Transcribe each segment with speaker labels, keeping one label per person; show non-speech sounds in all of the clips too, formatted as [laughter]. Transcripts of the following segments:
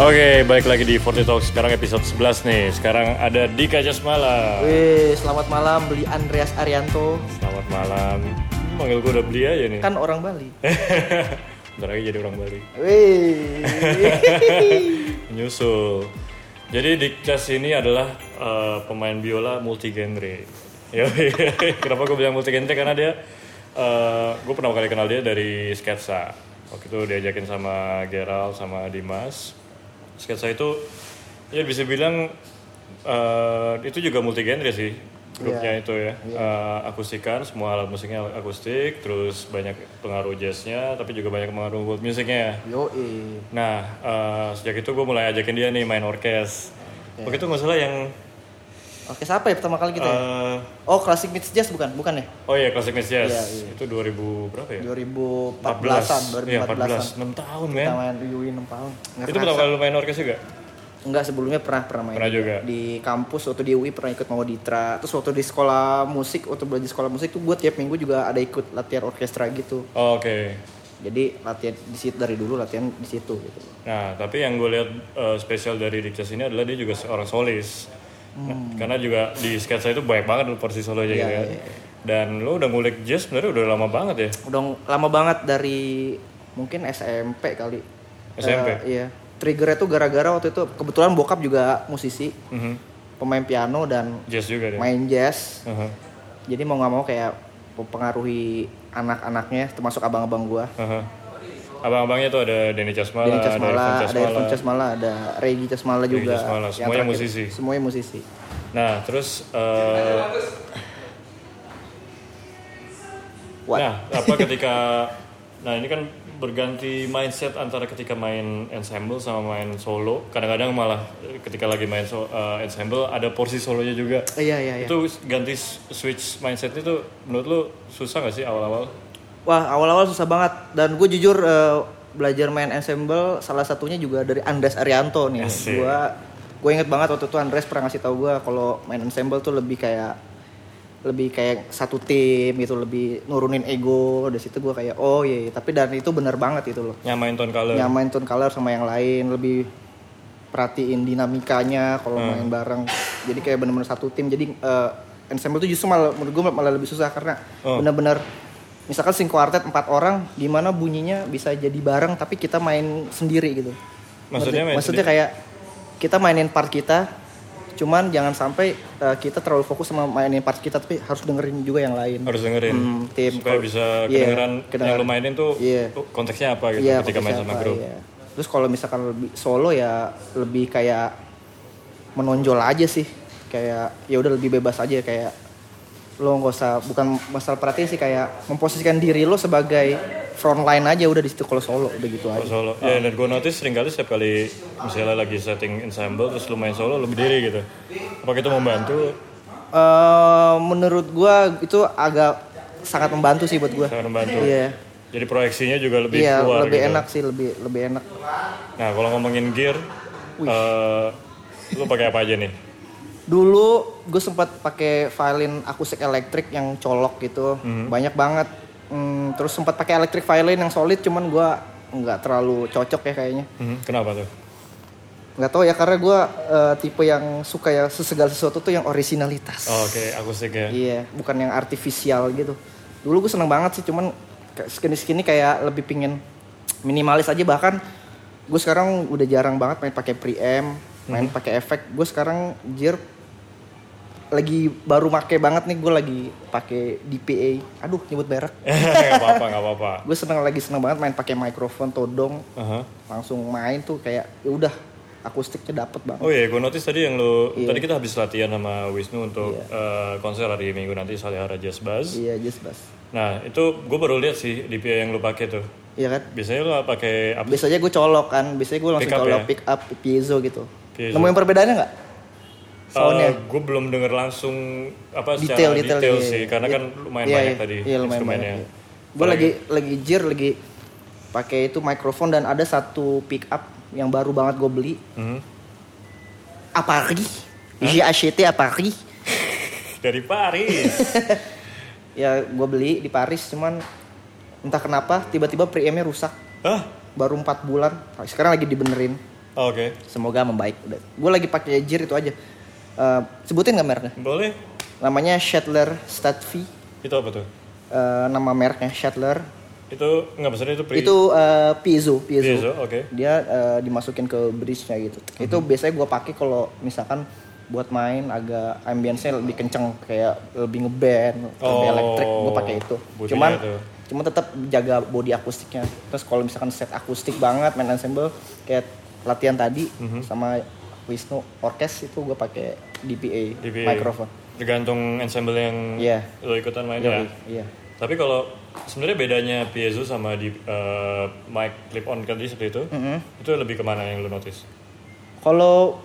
Speaker 1: Oke, balik lagi di Forty Talk sekarang episode 11 nih. Sekarang ada di Kajas Malam.
Speaker 2: Wih, selamat malam beli Andreas Arianto.
Speaker 1: Selamat malam. Hmm, Manggil gue udah beli aja nih.
Speaker 2: Kan orang Bali.
Speaker 1: [laughs] Bentar lagi jadi orang Bali.
Speaker 2: [laughs] Wih.
Speaker 1: Menyusul. Jadi Dikcas ini adalah eh, pemain biola multi [laughs] genre. Kenapa gue bilang multi genre? Karena dia eh, gue pertama kali kenal dia dari sketsa. Waktu itu diajakin sama Gerald sama Dimas. Sketsa itu ya bisa bilang eh, itu juga multi genre sih grupnya itu ya. Eh, akustikan semua alat musiknya akustik, terus banyak pengaruh jazznya, tapi juga banyak pengaruh world musicnya.
Speaker 2: Yo eh.
Speaker 1: Nah, eh, sejak itu gue mulai ajakin dia nih main orkes.
Speaker 2: Iya.
Speaker 1: Waktu itu nggak salah yang
Speaker 2: Oke, siapa ya pertama kali kita? ya?
Speaker 1: eh,
Speaker 2: Oh, Classic Mix Jazz bukan? Bukan ya?
Speaker 1: oh iya Classic Mix Jazz.
Speaker 2: Iya,
Speaker 1: Itu 2000 berapa ya?
Speaker 2: 2014-an,
Speaker 1: 14. Iya,
Speaker 2: 2014-an.
Speaker 1: 14. 6 tahun, men.
Speaker 2: Kita main Yui 6 tahun.
Speaker 1: Iya.
Speaker 2: Nggak
Speaker 1: Itu pertama
Speaker 2: kerasa.
Speaker 1: kali lu main orkes juga?
Speaker 2: Enggak, sebelumnya pernah pernah main.
Speaker 1: Pernah juga.
Speaker 2: Di kampus waktu di UI pernah ikut mau Ditra. Terus waktu di sekolah musik, waktu belajar sekolah musik tuh gue tiap minggu juga ada ikut latihan orkestra gitu.
Speaker 1: Oh, Oke.
Speaker 2: Jadi latihan di situ dari dulu latihan di situ gitu.
Speaker 1: Nah, tapi yang gue lihat eh, spesial dari Dikcas ini adalah dia juga seorang solis. Nah,
Speaker 2: Hmm.
Speaker 1: karena juga di sketsa itu banyak banget lu porsi solo aja
Speaker 2: Iya,
Speaker 1: gitu kan. Dan lu udah ngulik jazz sebenarnya udah lama banget ya.
Speaker 2: udah lama banget dari mungkin SMP kali.
Speaker 1: SMP?
Speaker 2: Eh, iya. Triggernya tuh gara-gara waktu itu kebetulan bokap juga musisi,
Speaker 1: Mhm.
Speaker 2: pemain piano dan
Speaker 1: Jazz juga deh.
Speaker 2: main jazz.
Speaker 1: Aha,
Speaker 2: Jadi mau nggak mau kayak mempengaruhi anak-anaknya, termasuk abang-abang gua.
Speaker 1: aha. Abang-abangnya tuh ada Denny Casmala,
Speaker 2: Denny
Speaker 1: ada
Speaker 2: Casmala,
Speaker 1: Irfan
Speaker 2: ada Irfan Casmala, ada Regi Casmala juga.
Speaker 1: Casmala,
Speaker 2: Yang
Speaker 1: semuanya
Speaker 2: terakhir,
Speaker 1: musisi.
Speaker 2: Semuanya musisi.
Speaker 1: Nah, terus eh,
Speaker 2: What?
Speaker 1: nah, apa ketika nah ini kan berganti mindset antara ketika main ensemble sama main solo. Kadang-kadang malah ketika lagi main so- eh, ensemble ada porsi solonya juga.
Speaker 2: Eh, Iya iya iya.
Speaker 1: Itu ganti s- switch mindset itu menurut lu susah gak sih awal-awal?
Speaker 2: Wah, awal-awal susah banget dan gue jujur eh, belajar main ensemble salah satunya juga dari Andres Arianto nih.
Speaker 1: Asik.
Speaker 2: Gua gue inget banget waktu itu Andres pernah ngasih tahu gue kalau main ensemble tuh lebih kayak lebih kayak satu tim gitu, lebih nurunin ego. Dari situ gue kayak oh iya, iya." tapi dan itu benar banget itu loh.
Speaker 1: Nyamain tone color.
Speaker 2: Nyamain tone color sama yang lain, lebih perhatiin dinamikanya kalau
Speaker 1: Hmm.
Speaker 2: main bareng. Jadi kayak bener-bener satu tim. Jadi eh, ensemble tuh justru malah menurut gue malah lebih susah karena
Speaker 1: Oh.
Speaker 2: bener-bener misalkan sing quartet empat orang, gimana bunyinya bisa jadi bareng tapi kita main sendiri gitu.
Speaker 1: Maksudnya main
Speaker 2: maksudnya kayak kita mainin part kita, cuman jangan sampai eh, kita terlalu fokus sama mainin part kita tapi harus dengerin juga yang lain.
Speaker 1: harus dengerin
Speaker 2: Hmm, tim.
Speaker 1: supaya bisa
Speaker 2: Iya,
Speaker 1: kedengeran, yang
Speaker 2: kedengeran.
Speaker 1: lu mainin tuh
Speaker 2: Iya.
Speaker 1: konteksnya apa gitu
Speaker 2: Iya,
Speaker 1: ketika
Speaker 2: fokusnya
Speaker 1: main sama
Speaker 2: apa,
Speaker 1: grup.
Speaker 2: iya. Terus kalau misalkan lebih solo ya lebih kayak menonjol aja sih. Kayak ya udah lebih bebas aja kayak lo nggak usah bukan masalah perhatiin sih kayak memposisikan diri lo sebagai frontline aja udah di situ kalau solo udah gitu
Speaker 1: Kalau
Speaker 2: aja.
Speaker 1: Solo. Ya, dan gue notice seringkali setiap kali misalnya lagi setting ensemble terus lu main solo lu berdiri gitu. Apakah itu membantu?
Speaker 2: Eh, menurut gua itu agak sangat membantu sih buat gua.
Speaker 1: Sangat membantu.
Speaker 2: Iya.
Speaker 1: Jadi proyeksinya juga lebih
Speaker 2: Iya,
Speaker 1: keluar
Speaker 2: lebih
Speaker 1: gitu.
Speaker 2: enak sih, lebih lebih enak.
Speaker 1: Nah, kalau ngomongin gear eh lu pakai apa aja nih?
Speaker 2: Dulu gue sempat pakai violin akustik elektrik yang colok gitu, banyak banget. Hmm, terus sempat pakai elektrik violin yang solid, cuman gue nggak terlalu cocok ya kayaknya.
Speaker 1: Mhm, Kenapa tuh?
Speaker 2: Nggak tahu ya karena gue tipe yang suka ya segala sesuatu tuh yang originalitas.
Speaker 1: Oh, Oke, akustik [laughs] ya.
Speaker 2: Iya, bukan yang artifisial gitu. Dulu gue seneng banget sih, cuman skinny skinny kayak lebih pingin minimalis aja bahkan gue sekarang udah jarang banget main pakai preamp, main pakai efek. Gue sekarang gear lagi baru make banget nih gue lagi pakai DPA. Aduh nyebut merek.
Speaker 1: gak apa-apa, gak apa-apa.
Speaker 2: Gue seneng lagi seneng banget main pakai mikrofon todong,
Speaker 1: Aha.
Speaker 2: langsung main tuh kayak ya udah akustiknya dapet banget.
Speaker 1: Oh iya, gue notice tadi yang lu tadi kita habis latihan sama Wisnu untuk eh, konser hari Minggu nanti Salihara Jazz Buzz.
Speaker 2: Iya just bass.
Speaker 1: Nah itu gue baru lihat sih DPI yang lu pakai tuh.
Speaker 2: Iya kan?
Speaker 1: Biasanya lu pakai apa?
Speaker 2: Biasanya gue colok kan, biasanya gue langsung
Speaker 1: Pick up
Speaker 2: colok
Speaker 1: ya?
Speaker 2: pick up piezo gitu.
Speaker 1: Piezo.
Speaker 2: Nemuin perbedaannya nggak? Soundnya.
Speaker 1: gue Eh, belum denger langsung apa
Speaker 2: detail
Speaker 1: secara
Speaker 2: detail,
Speaker 1: detail,
Speaker 2: iya,
Speaker 1: sih,
Speaker 2: iya.
Speaker 1: karena
Speaker 2: Iya,
Speaker 1: kan lumayan
Speaker 2: iya,
Speaker 1: banyak
Speaker 2: iya.
Speaker 1: tadi
Speaker 2: iya, lumayan
Speaker 1: instrumennya.
Speaker 2: banyak, iya. Gue lagi lagi jir lagi pakai itu mikrofon dan ada satu pick up yang baru banget gue beli.
Speaker 1: Mhm.
Speaker 2: Apa lagi? JHCT apa lagi?
Speaker 1: Dari
Speaker 2: [laughs]
Speaker 1: Paris.
Speaker 2: Ya gue beli di Paris cuman entah kenapa tiba-tiba preamp-nya rusak
Speaker 1: Hah? Oh,
Speaker 2: baru 4 bulan. Sekarang lagi dibenerin.
Speaker 1: Oke.
Speaker 2: Semoga membaik. Udah. Gue lagi pakai jir itu aja. Eh, sebutin nggak mereknya?
Speaker 1: Boleh.
Speaker 2: Namanya Shetler Statvi.
Speaker 1: Itu apa tuh?
Speaker 2: Eh, nama mereknya Shetler.
Speaker 1: Itu nggak maksudnya itu pre
Speaker 2: Itu eh, piezo, piezo.
Speaker 1: Piezo, Mhm. oke.
Speaker 2: Dia eh, dimasukin ke bridge-nya gitu. Itu biasanya gue pakai kalau misalkan buat main agak ambience-nya lebih kenceng kayak lebih ngeband, lebih
Speaker 1: Oh,
Speaker 2: elektrik. Gue pakai itu.
Speaker 1: bunyinya
Speaker 2: Cuman
Speaker 1: itu.
Speaker 2: cuman tetap jaga body akustiknya. Terus kalau misalkan set akustik banget main ensemble kayak latihan tadi
Speaker 1: Mhm.
Speaker 2: sama Wisnu orkes itu gue pakai DPA,
Speaker 1: DPA.
Speaker 2: microphone.
Speaker 1: Tergantung ensemble yang
Speaker 2: Iya.
Speaker 1: lo ikutan main ya.
Speaker 2: Iya.
Speaker 1: Tapi kalau sebenarnya bedanya piezo sama di eh, mic clip on kan tadi seperti itu,
Speaker 2: Mm-hmm.
Speaker 1: itu lebih kemana yang lo notice?
Speaker 2: Kalau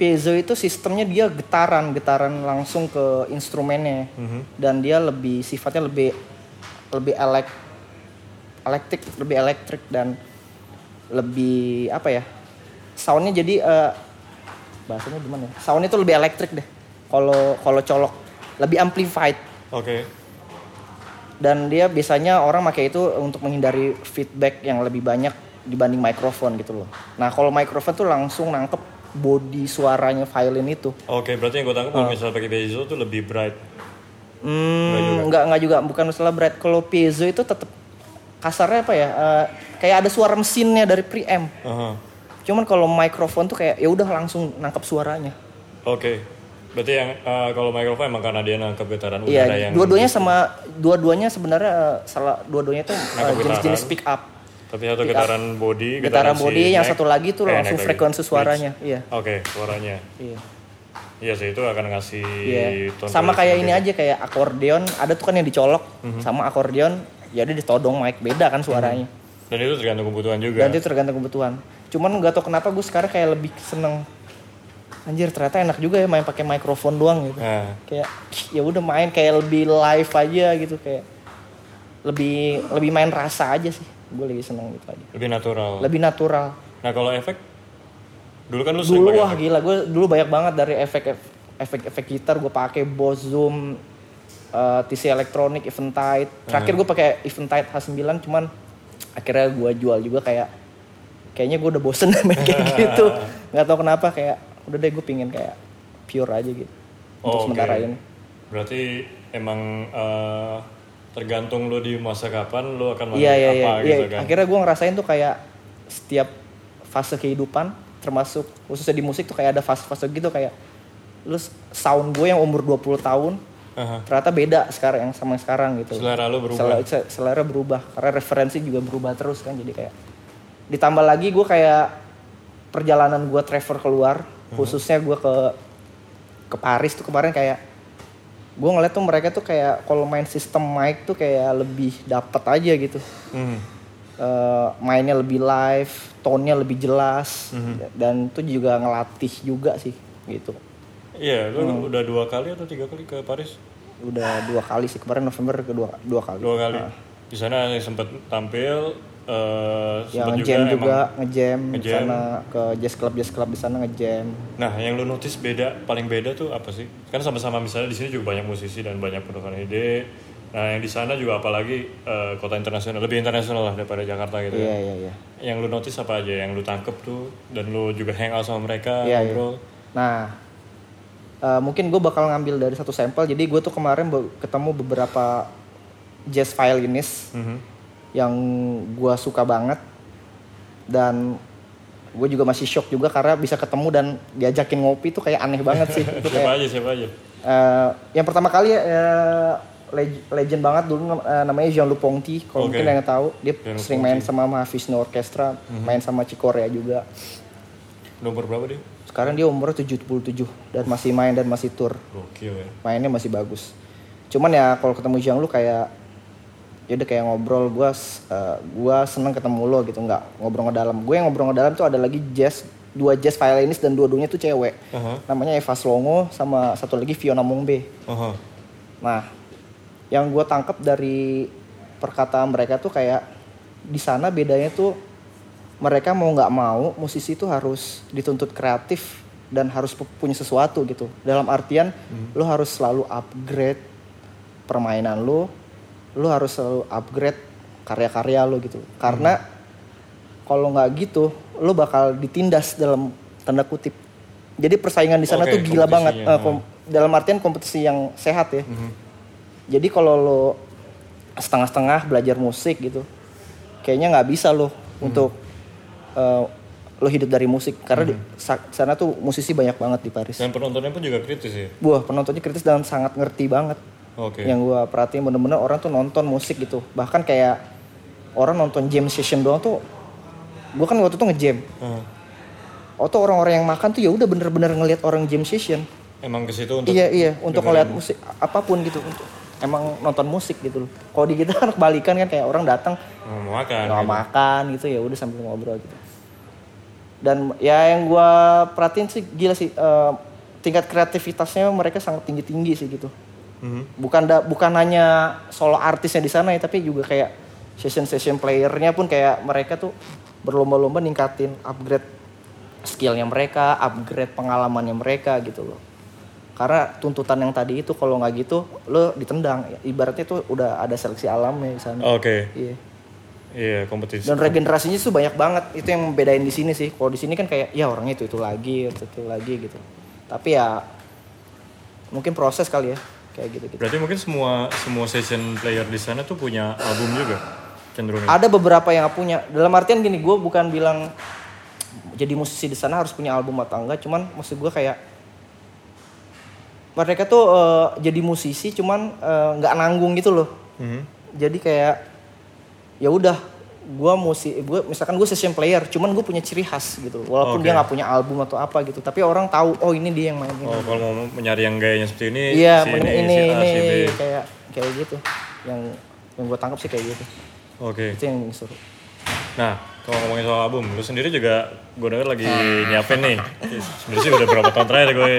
Speaker 2: piezo itu sistemnya dia getaran, getaran langsung ke instrumennya, dan dia lebih sifatnya lebih lebih elek, elektrik, lebih elektrik dan lebih apa ya? Soundnya jadi eh, bahasanya gimana? ya? Soundnya tuh lebih elektrik deh. Kalau kalau colok lebih amplified
Speaker 1: Oke.
Speaker 2: dan dia biasanya orang pakai itu untuk menghindari feedback yang lebih banyak dibanding mikrofon gitu loh. Nah kalau mikrofon tuh langsung nangkep body suaranya violin itu.
Speaker 1: Oke, berarti yang gue tangkap
Speaker 2: Oh.
Speaker 1: kalau misalnya pakai piezo itu lebih bright.
Speaker 2: Hmm, nggak nggak juga bukan masalah berat. Kalau piezo itu tetap kasarnya apa ya? eh, kayak ada suara mesinnya dari preamp.
Speaker 1: Aha.
Speaker 2: Cuman kalau mikrofon tuh kayak ya udah langsung nangkep suaranya.
Speaker 1: Oke. Berarti yang eh, kalau microphone emang karena dia nangkep getaran udara
Speaker 2: Iya,
Speaker 1: yang gitu.
Speaker 2: dua-duanya sama dua-duanya sebenarnya eh, salah dua-duanya itu eh,
Speaker 1: Nangkep
Speaker 2: jenis-jenis
Speaker 1: getaran.
Speaker 2: pick up.
Speaker 1: tapi satu getaran body,
Speaker 2: Iya. Getaran
Speaker 1: si
Speaker 2: body yang
Speaker 1: neck,
Speaker 2: satu lagi tuh
Speaker 1: eh,
Speaker 2: langsung
Speaker 1: neck lagi.
Speaker 2: frekuensi suaranya. Iya.
Speaker 1: Oke, suaranya.
Speaker 2: Iya.
Speaker 1: Iya sih itu akan ngasih
Speaker 2: Iya.
Speaker 1: tone
Speaker 2: Sama
Speaker 1: quality
Speaker 2: kayak
Speaker 1: yang
Speaker 2: ini
Speaker 1: beda.
Speaker 2: aja kayak akordeon, ada tuh kan yang dicolok sama akordeon, jadi ditodong mic beda kan suaranya.
Speaker 1: Dan itu tergantung kebutuhan juga.
Speaker 2: Dan itu tergantung kebutuhan. Cuman nggak tau kenapa gue sekarang kayak lebih seneng anjir ternyata enak juga ya main pakai mikrofon doang gitu.
Speaker 1: Nah,
Speaker 2: Kayak ya udah main kayak lebih live aja gitu kayak lebih lebih main rasa aja sih. Gue lagi seneng gitu aja.
Speaker 1: lebih natural.
Speaker 2: Lebih natural.
Speaker 1: Nah, kalau efek dulu kan lu sering
Speaker 2: dulu
Speaker 1: pakai
Speaker 2: wah
Speaker 1: efek.
Speaker 2: gila gue dulu banyak banget dari efek efek efek gitar gue pakai Boss Zoom eh, TC Electronic Eventide terakhir
Speaker 1: Hmm.
Speaker 2: gue pakai Eventide H9 cuman akhirnya gue jual juga kayak kayaknya gue udah bosen [laughs] main
Speaker 1: [laughs]
Speaker 2: kayak gitu nggak tahu kenapa kayak udah deh gue pingin kayak pure aja gitu untuk
Speaker 1: Oh, oke.
Speaker 2: sementara ini
Speaker 1: Berarti emang eh, tergantung lu di masa kapan lu akan main
Speaker 2: iya iya iya
Speaker 1: apa
Speaker 2: iya.
Speaker 1: gitu kan.
Speaker 2: akhirnya gue ngerasain tuh kayak setiap fase kehidupan termasuk khususnya di musik tuh kayak ada fase-fase gitu kayak lu sound gue yang umur 20 tahun
Speaker 1: Aha.
Speaker 2: ternyata beda sekarang yang sama sekarang gitu.
Speaker 1: Selera lu berubah.
Speaker 2: Sel- se- Selera, berubah karena referensi juga berubah terus kan jadi kayak ditambah lagi gue kayak perjalanan gue travel keluar
Speaker 1: Hmm.
Speaker 2: khususnya gue ke ke Paris tuh kemarin kayak gue ngeliat tuh mereka tuh kayak kalau main sistem mic tuh kayak lebih dapat aja gitu
Speaker 1: Hmm.
Speaker 2: Eh, mainnya lebih live, tone-nya lebih jelas
Speaker 1: Hmm.
Speaker 2: dan itu juga ngelatih juga sih gitu.
Speaker 1: Iya, lu
Speaker 2: Hmm.
Speaker 1: udah dua kali atau tiga kali ke Paris?
Speaker 2: Udah dua kali sih kemarin November kedua dua kali.
Speaker 1: Dua kali. Di sana sempat tampil eh
Speaker 2: ya
Speaker 1: sempat
Speaker 2: ngejam
Speaker 1: emang
Speaker 2: juga, ngejam di
Speaker 1: ngejam.
Speaker 2: sana ke jazz club jazz club di sana ngejam
Speaker 1: Nah, yang lu notice beda paling beda tuh apa sih? Kan sama-sama misalnya di sini juga banyak musisi dan banyak penukaran ide. Nah, yang di sana juga apalagi eh, kota internasional, lebih internasional lah daripada Jakarta gitu.
Speaker 2: iya
Speaker 1: ya.
Speaker 2: iya iya
Speaker 1: Yang lu notice apa aja? Yang lu tangkep tuh dan lu juga hangout sama mereka,
Speaker 2: Iya, iya.
Speaker 1: ngobrol.
Speaker 2: nah eh, mungkin gue bakal ngambil dari satu sampel jadi gue tuh kemarin be- ketemu beberapa jazz violinist
Speaker 1: Mhm.
Speaker 2: yang gue suka banget dan gue juga masih shock juga karena bisa ketemu dan diajakin ngopi tuh kayak aneh banget sih Itu kayak-
Speaker 1: Siapa aja, siapa aja.
Speaker 2: Eh, yang pertama kali eh, leg- legend banget dulu eh, namanya Jean-Luc Ponty kalau
Speaker 1: Oke.
Speaker 2: mungkin yang tahu dia
Speaker 1: Jean-Luc
Speaker 2: sering main sama Mahavishnu Orchestra main sama Cikorea juga
Speaker 1: Nomor berapa dia?
Speaker 2: sekarang dia umurnya 77 dan masih main dan masih tour
Speaker 1: Gokil ya.
Speaker 2: mainnya masih bagus cuman ya kalau ketemu Jean-Luc kayak ya udah kayak ngobrol gua s- eh, gua seneng ketemu lo gitu nggak ngobrol ke dalam gue yang ngobrol ke dalam tuh ada lagi jazz dua jazz violinis dan dua-duanya tuh cewek
Speaker 1: Aha.
Speaker 2: namanya Eva Slongo sama satu lagi Fiona Mongbe
Speaker 1: Aha.
Speaker 2: Nah, yang gue tangkap dari perkataan mereka tuh kayak di sana bedanya tuh mereka mau nggak mau musisi itu harus dituntut kreatif dan harus pu- punya sesuatu gitu. Dalam artian
Speaker 1: Hmm.
Speaker 2: lo harus selalu upgrade permainan
Speaker 1: Hmm.
Speaker 2: lo, lo harus selalu upgrade karya-karya lo gitu. Karena kalau nggak gitu lo bakal ditindas dalam tanda kutip jadi persaingan di sana
Speaker 1: Oke,
Speaker 2: tuh gila banget
Speaker 1: kompetisinya. Hmm.
Speaker 2: Eh, kom- dalam artian kompetisi yang sehat ya jadi kalau lo setengah-setengah belajar musik gitu kayaknya nggak bisa lo untuk eh, lo hidup dari musik karena di sa- sana tuh musisi banyak banget di Paris
Speaker 1: Dan penontonnya pun juga kritis ya.
Speaker 2: Wah penontonnya kritis dan sangat ngerti banget.
Speaker 1: Oke.
Speaker 2: Yang gua perhatiin bener-bener orang tuh nonton musik gitu. Bahkan kayak orang nonton jam session doang tuh. Gue kan waktu itu ngejam.
Speaker 1: Heeh.
Speaker 2: Oh tuh orang-orang yang makan tuh ya udah bener-bener ngelihat orang jam session.
Speaker 1: Emang ke situ untuk
Speaker 2: Iya iya untuk ngelihat musik apapun gitu. Untuk, emang nonton musik gitu loh. Kalau di kita kan [laughs] kebalikan kan kayak orang datang
Speaker 1: mau makan.
Speaker 2: nggak
Speaker 1: gitu.
Speaker 2: makan gitu ya udah sambil ngobrol gitu dan ya yang gua perhatiin sih gila sih eh, tingkat kreativitasnya mereka sangat tinggi tinggi sih gitu
Speaker 1: Hmm.
Speaker 2: bukan da, bukan hanya solo artisnya di sana ya tapi juga kayak session session playernya pun kayak mereka tuh berlomba-lomba ningkatin upgrade skillnya mereka upgrade pengalamannya mereka gitu loh karena tuntutan yang tadi itu kalau nggak gitu lo ditendang ibaratnya tuh udah ada seleksi alamnya di sana
Speaker 1: Oke.
Speaker 2: Iya
Speaker 1: Iya, kompetisi.
Speaker 2: dan regenerasinya tuh banyak banget itu yang membedain di sini sih kalau di sini kan kayak ya orangnya itu itu lagi itu itu lagi gitu tapi ya mungkin proses kali ya kayak gitu gitu
Speaker 1: Berarti mungkin semua semua session player di sana tuh punya album juga cenderung.
Speaker 2: ada beberapa yang nggak punya dalam artian gini gue bukan bilang jadi musisi di sana harus punya album atau enggak cuman maksud gue kayak mereka tuh eh, jadi musisi cuman eh, nggak nanggung gitu loh
Speaker 1: Mhm.
Speaker 2: jadi kayak ya udah gue musik gue misalkan gue session player cuman gue punya ciri khas gitu walaupun
Speaker 1: Oke.
Speaker 2: dia nggak punya album atau apa gitu tapi orang tahu oh ini dia yang main ini
Speaker 1: Oh, kalau mau mencari yang gayanya seperti ini,
Speaker 2: iya
Speaker 1: si
Speaker 2: ini
Speaker 1: ini, si
Speaker 2: ini,
Speaker 1: A, si B.
Speaker 2: ini, kayak kayak gitu yang yang gue tangkap sih kayak gitu
Speaker 1: Oke.
Speaker 2: itu yang seru
Speaker 1: Nah, kalau ngomongin soal album, lu sendiri juga gue denger lagi
Speaker 2: Hmm.
Speaker 1: nyiapin nih. Sebenernya sih udah berapa tahun terakhir gue.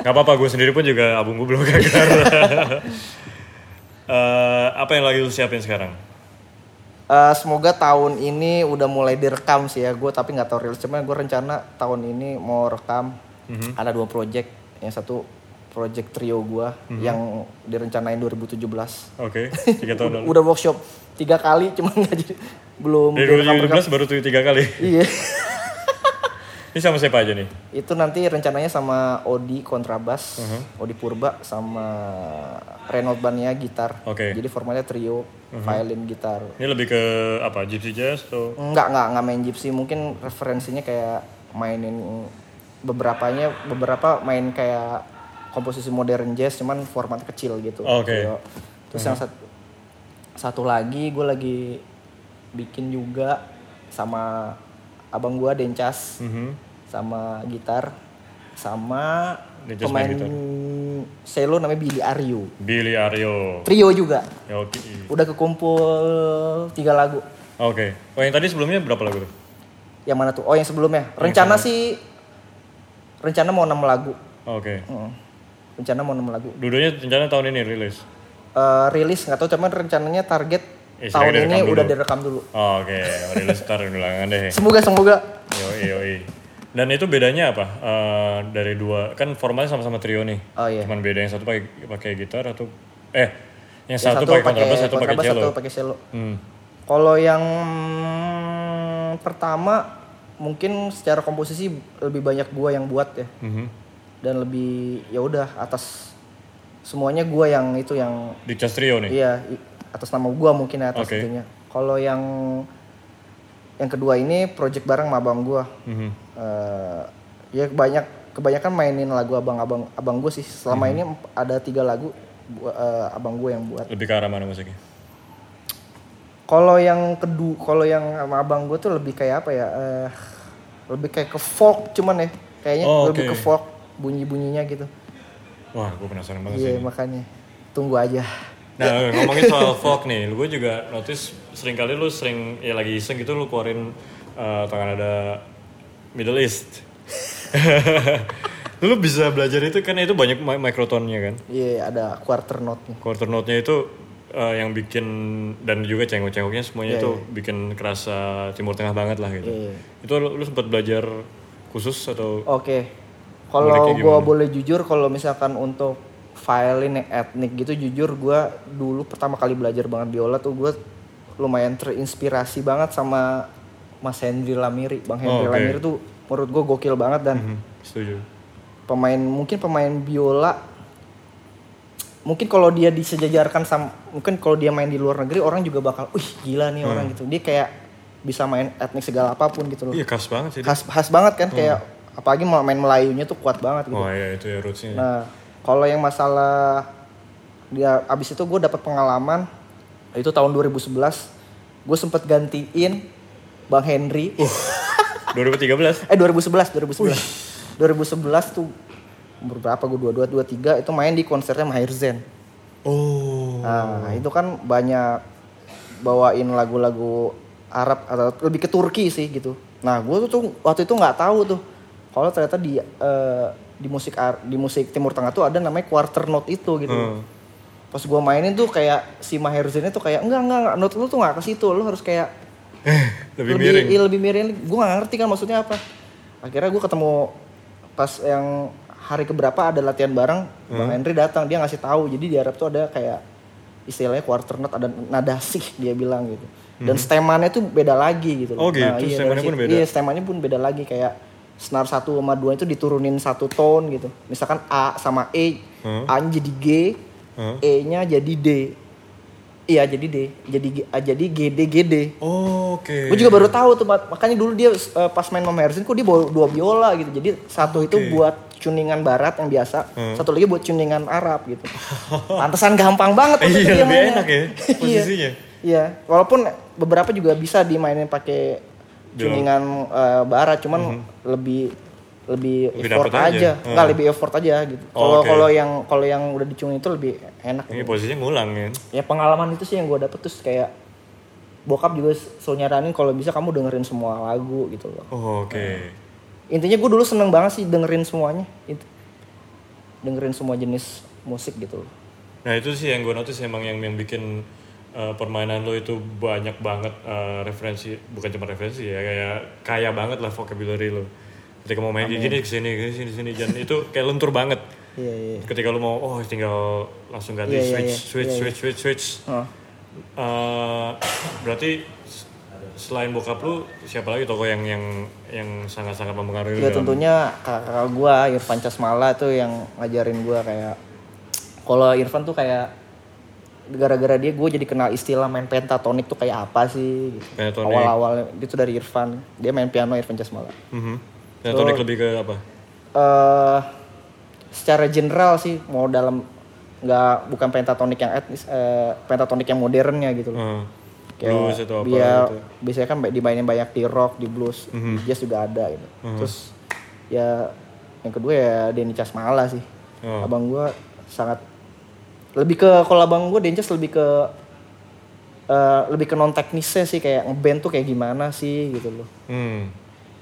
Speaker 1: Gak apa-apa, gue sendiri pun juga album gue belum
Speaker 2: [laughs]
Speaker 1: keluar. Eh, apa yang lagi lu siapin sekarang?
Speaker 2: Eh, semoga tahun ini udah mulai direkam sih ya gue tapi nggak tahu rilis cuman gue rencana tahun ini mau rekam ada dua project yang satu project trio gue yang direncanain 2017
Speaker 1: Oke, tiga tahun lalu.
Speaker 2: udah workshop tiga kali [laughs] cuman nggak jadi belum
Speaker 1: Dari
Speaker 2: direkam-rekam.
Speaker 1: 2017 Iya, baru tuh tiga kali. [laughs]
Speaker 2: iya
Speaker 1: Ini sama siapa aja nih?
Speaker 2: itu nanti rencananya sama Odi kontrabas Odi Purba sama Renold Bania gitar
Speaker 1: Oke.
Speaker 2: jadi formatnya trio violin gitar
Speaker 1: Ini lebih ke apa? Gypsy Jazz atau?
Speaker 2: Enggak, enggak, enggak main gypsy. Mungkin referensinya kayak mainin beberapanya, beberapa main kayak komposisi modern jazz cuman format kecil
Speaker 1: Oke.
Speaker 2: gitu.
Speaker 1: Hmm.
Speaker 2: Kayak- Terus yang sat- satu lagi gue lagi bikin juga sama abang gua Dencas.
Speaker 1: Mm-hmm.
Speaker 2: Sama gitar sama
Speaker 1: Dencas
Speaker 2: pemain
Speaker 1: main gitar.
Speaker 2: selo namanya Billy Aryu.
Speaker 1: Billy Ario.
Speaker 2: Trio juga.
Speaker 1: Ya, Oke.
Speaker 2: Udah kekumpul tiga lagu.
Speaker 1: Oke. Oh yang tadi sebelumnya berapa lagu tuh?
Speaker 2: Yang mana tuh? Oh yang sebelumnya. Rencana sih rencana mau 6 lagu.
Speaker 1: Oke.
Speaker 2: Hmm. Rencana mau 6 lagu.
Speaker 1: Dudunya rencana tahun ini rilis.
Speaker 2: Eh, rilis nggak tahu cuman rencananya target
Speaker 1: Eh,
Speaker 2: tahun
Speaker 1: sudah
Speaker 2: ini
Speaker 1: direkam
Speaker 2: udah
Speaker 1: dulu.
Speaker 2: direkam dulu.
Speaker 1: Oke, [laughs] rilis ntar ulangan deh.
Speaker 2: Semoga semoga
Speaker 1: Yoi yoi. Dan itu bedanya apa? Eh, dari dua kan formatnya sama-sama trio nih.
Speaker 2: Oh, iya.
Speaker 1: Cuman beda yang satu pakai pakai gitar atau eh yang,
Speaker 2: yang
Speaker 1: satu, pakai kontrabas, satu pakai
Speaker 2: kontrabas,
Speaker 1: cello.
Speaker 2: satu pakai cello.
Speaker 1: Hmm.
Speaker 2: Kalau yang pertama mungkin secara komposisi lebih banyak gua yang buat ya.
Speaker 1: Mhm.
Speaker 2: Dan lebih ya udah atas semuanya gua yang itu yang
Speaker 1: Di jazz trio nih.
Speaker 2: Iya, i- atas nama gua mungkin ya atas
Speaker 1: Oke.
Speaker 2: itunya. Kalau yang yang kedua ini project bareng sama abang gua.
Speaker 1: Mhm.
Speaker 2: Eh, ya banyak kebanyakan mainin lagu abang-abang abang gue sih. Selama
Speaker 1: Hmm.
Speaker 2: ini emp- ada tiga lagu bu- eh, abang gue yang buat.
Speaker 1: Lebih ke arah mana musiknya?
Speaker 2: Kalau yang kedua, kalau yang sama abang gue tuh lebih kayak apa ya? eh, lebih kayak ke folk cuman ya. Kayaknya
Speaker 1: Oh,
Speaker 2: lebih
Speaker 1: oke.
Speaker 2: ke folk bunyi-bunyinya gitu.
Speaker 1: Wah, gue penasaran banget sih.
Speaker 2: Iya, makanya tunggu aja.
Speaker 1: Nah, ngomongin soal folk nih, gue juga notice sering kali lu sering ya lagi iseng gitu lu keluarin eh, tangan ada Middle East. [laughs] lu bisa belajar itu kan itu banyak mi- microtone-nya kan.
Speaker 2: Iya, ada quarter note-nya.
Speaker 1: Quarter note-nya itu eh, yang bikin dan juga cengok-cengoknya semuanya itu bikin kerasa Timur Tengah banget lah gitu.
Speaker 2: Iya.
Speaker 1: Itu lu, lu sempat belajar khusus atau
Speaker 2: Oke.
Speaker 1: Liriknya
Speaker 2: Kalau
Speaker 1: gimana?
Speaker 2: gua boleh jujur kalau misalkan untuk violin yang etnik gitu jujur gua dulu pertama kali belajar banget biola tuh gua lumayan terinspirasi banget sama Mas Henry Lamiri. Bang
Speaker 1: Oh,
Speaker 2: Henry
Speaker 1: oke.
Speaker 2: Lamiri tuh menurut gue gokil banget dan
Speaker 1: Mhm, setuju.
Speaker 2: pemain mungkin pemain biola mungkin kalau dia disejajarkan sama mungkin kalau dia main di luar negeri orang juga bakal wih gila nih
Speaker 1: Hmm.
Speaker 2: orang gitu. Dia kayak bisa main etnik segala apapun gitu loh.
Speaker 1: Iya khas banget sih. dia.
Speaker 2: Khas khas banget kan kayak apalagi mau main Melayunya tuh kuat banget gitu.
Speaker 1: Hmm. Oh iya itu ya rootsnya.
Speaker 2: Nah, kalau yang masalah dia abis itu gue dapat pengalaman itu tahun 2011 gue sempet gantiin Bang Henry.
Speaker 1: Uh. 2013.
Speaker 2: Eh 2011, 2011. 2011 tuh berapa gue 22 23 itu main di konsernya Maher Zain.
Speaker 1: Oh.
Speaker 2: Nah, itu kan banyak bawain lagu-lagu Arab atau lebih ke Turki sih gitu. Nah, gue tuh, tuh waktu itu nggak tahu tuh kalau ternyata di eh, di musik Ar- di musik Timur Tengah tuh ada namanya quarter note itu gitu.
Speaker 1: Hmm.
Speaker 2: Pas gue mainin tuh kayak si Maher Zainnya tuh kayak enggak enggak enggak, note lu tuh nggak ke situ, lu harus kayak
Speaker 1: [laughs] Lebih miring.
Speaker 2: iya, lebih miring. Gue nggak ngerti kan maksudnya apa. Akhirnya gue ketemu pas yang hari keberapa ada latihan bareng, Bang
Speaker 1: Hmm.
Speaker 2: Henry datang dia ngasih tahu. Jadi di Arab tuh ada kayak istilahnya quarter note ada nada sih dia bilang gitu. Dan stemannya tuh beda lagi gitu.
Speaker 1: Hmm. Oh, gitu.
Speaker 2: dari
Speaker 1: Stemannya pun
Speaker 2: situ-
Speaker 1: beda.
Speaker 2: Iya stemannya pun beda lagi kayak senar satu sama dua itu diturunin satu tone gitu. Misalkan A sama E, A-nya jadi G,
Speaker 1: Hmm.
Speaker 2: E-nya jadi D. Iya jadi D, jadi G, jadi GD GD.
Speaker 1: Oh, Oke.
Speaker 2: Gue juga baru tahu tuh Mat. makanya dulu dia eh, pas main sama Herzin kok dia bawa dua biola gitu. Jadi satu itu
Speaker 1: Oke. Hmm.
Speaker 2: buat tuningan barat yang biasa, satu lagi buat tuningan Arab gitu. Pantesan gampang banget waktu itu
Speaker 1: Iya
Speaker 2: dia
Speaker 1: lebih
Speaker 2: mainnya.
Speaker 1: enak ya
Speaker 2: [laughs] Iya.
Speaker 1: posisinya.
Speaker 2: Iya, walaupun beberapa juga bisa dimainin pakai tuningan eh, barat, cuman lebih lebih,
Speaker 1: Hmm. Lebih
Speaker 2: effort
Speaker 1: dapet
Speaker 2: aja.
Speaker 1: aja. Hmm.
Speaker 2: Nggak, lebih effort aja gitu.
Speaker 1: Oh,
Speaker 2: Kalau
Speaker 1: oke.
Speaker 2: kalau yang kalau yang udah dicungin itu lebih enak.
Speaker 1: Ini posisinya ngulang ya.
Speaker 2: Ya pengalaman itu sih yang gue dapet terus kayak bokap juga selalu nyaranin kalau bisa kamu dengerin semua lagu gitu loh.
Speaker 1: Oh, Oke.
Speaker 2: Intinya gue dulu seneng banget sih dengerin semuanya. Itu. Dengerin semua jenis musik gitu loh.
Speaker 1: Nah itu sih yang gue notice emang yang yang bikin uh, permainan lo itu banyak banget uh, referensi bukan cuma referensi ya kayak kaya banget lah vocabulary lo ketika mau main di sini kesini kesini sini dan itu kayak lentur banget
Speaker 2: Iya, iya.
Speaker 1: ketika lo mau oh tinggal langsung ganti
Speaker 2: Iya,
Speaker 1: switch,
Speaker 2: iya, iya.
Speaker 1: switch, switch switch switch
Speaker 2: Heeh.
Speaker 1: Eh, berarti s- selain bokap lu siapa lagi toko yang yang yang sangat sangat mempengaruhi lu
Speaker 2: Ya
Speaker 1: dalam-
Speaker 2: tentunya kakak gue Irfan Casmala tuh yang ngajarin gue kayak kalau Irfan tuh kayak gara-gara dia gue jadi kenal istilah main pentatonik tuh kayak apa sih gitu.
Speaker 1: Pentatonik.
Speaker 2: awal-awal itu dari Irfan dia main piano Irfan Casmala
Speaker 1: Mhm. Nah, Tonic lebih ke apa
Speaker 2: eh secara general sih mau dalam nggak bukan pentatonik yang etnis eh, pentatonik yang modernnya gitu loh
Speaker 1: Eh,
Speaker 2: Kayak
Speaker 1: blues atau apa
Speaker 2: dia
Speaker 1: gitu Hmm.
Speaker 2: biasanya kan dimainin banyak di rock di blues di jazz juga ada gitu terus ya yang kedua ya Denny Casmala sih
Speaker 1: Oh.
Speaker 2: abang gua sangat lebih ke kalau abang gua Denny Cas lebih ke eh, lebih ke non teknisnya sih kayak ngeband tuh kayak gimana sih gitu loh
Speaker 1: Hmm.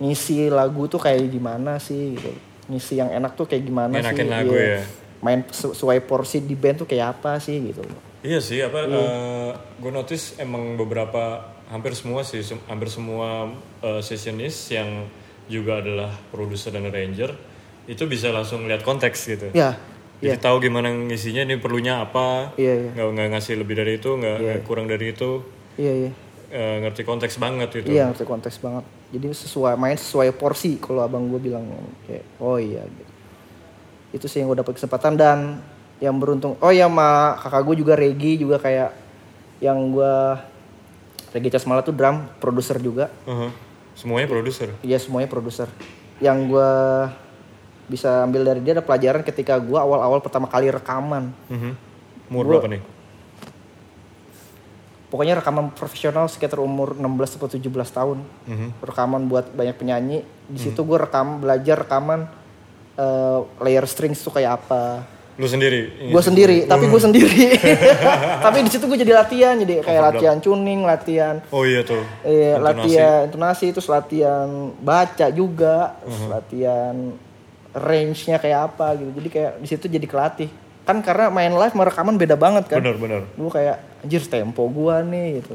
Speaker 2: ngisi lagu tuh kayak gimana sih gitu ngisi yang enak tuh kayak gimana
Speaker 1: Ngenakin
Speaker 2: sih
Speaker 1: lagu
Speaker 2: Iya.
Speaker 1: ya.
Speaker 2: main sesuai porsi di band tuh kayak apa sih gitu loh
Speaker 1: Iya sih apa gue notice emang beberapa hampir semua sih sem- hampir semua eh, sessionist yang juga adalah produser dan arranger itu bisa langsung lihat konteks gitu.
Speaker 2: ya
Speaker 1: Jadi tahu gimana ngisinya ini perlunya apa.
Speaker 2: Iya, iya.
Speaker 1: Nggak nggak ngasih lebih dari itu, nggak nggak kurang dari itu.
Speaker 2: iya iya
Speaker 1: eh, ngerti konteks banget gitu.
Speaker 2: Iya ngerti konteks banget. Jadi sesuai main sesuai porsi kalau abang gue bilang kayak oh iya gitu. Itu sih yang gue dapat kesempatan dan yang beruntung. Oh ya ma kakak gue juga Regi juga kayak yang gue Regi Casmala tuh drum produser juga.
Speaker 1: Uhum. Uh-huh. Semuanya produser.
Speaker 2: Iya semuanya produser. Yang gue bisa ambil dari dia ada pelajaran ketika gue awal-awal pertama kali rekaman.
Speaker 1: Mhm. Umur berapa nih?
Speaker 2: Pokoknya rekaman profesional sekitar umur 16 atau 17 tahun. Rekaman buat banyak penyanyi. Di situ gue rekam belajar rekaman eh, layer strings tuh kayak apa.
Speaker 1: Lu sendiri? Iya Ini
Speaker 2: Gue sendiri, tapi gue sendiri. tapi di situ gue jadi latihan, jadi kayak latihan tuning, latihan
Speaker 1: Oh iya tuh.
Speaker 2: eh,
Speaker 1: Intonasi.
Speaker 2: latihan intonasi, terus latihan baca juga, terus
Speaker 1: Mhm.
Speaker 2: latihan range-nya kayak apa gitu. Jadi kayak di situ jadi kelatih. Kan karena main live merekaman beda banget kan
Speaker 1: Bener bener.
Speaker 2: gue kayak anjir tempo gua nih gitu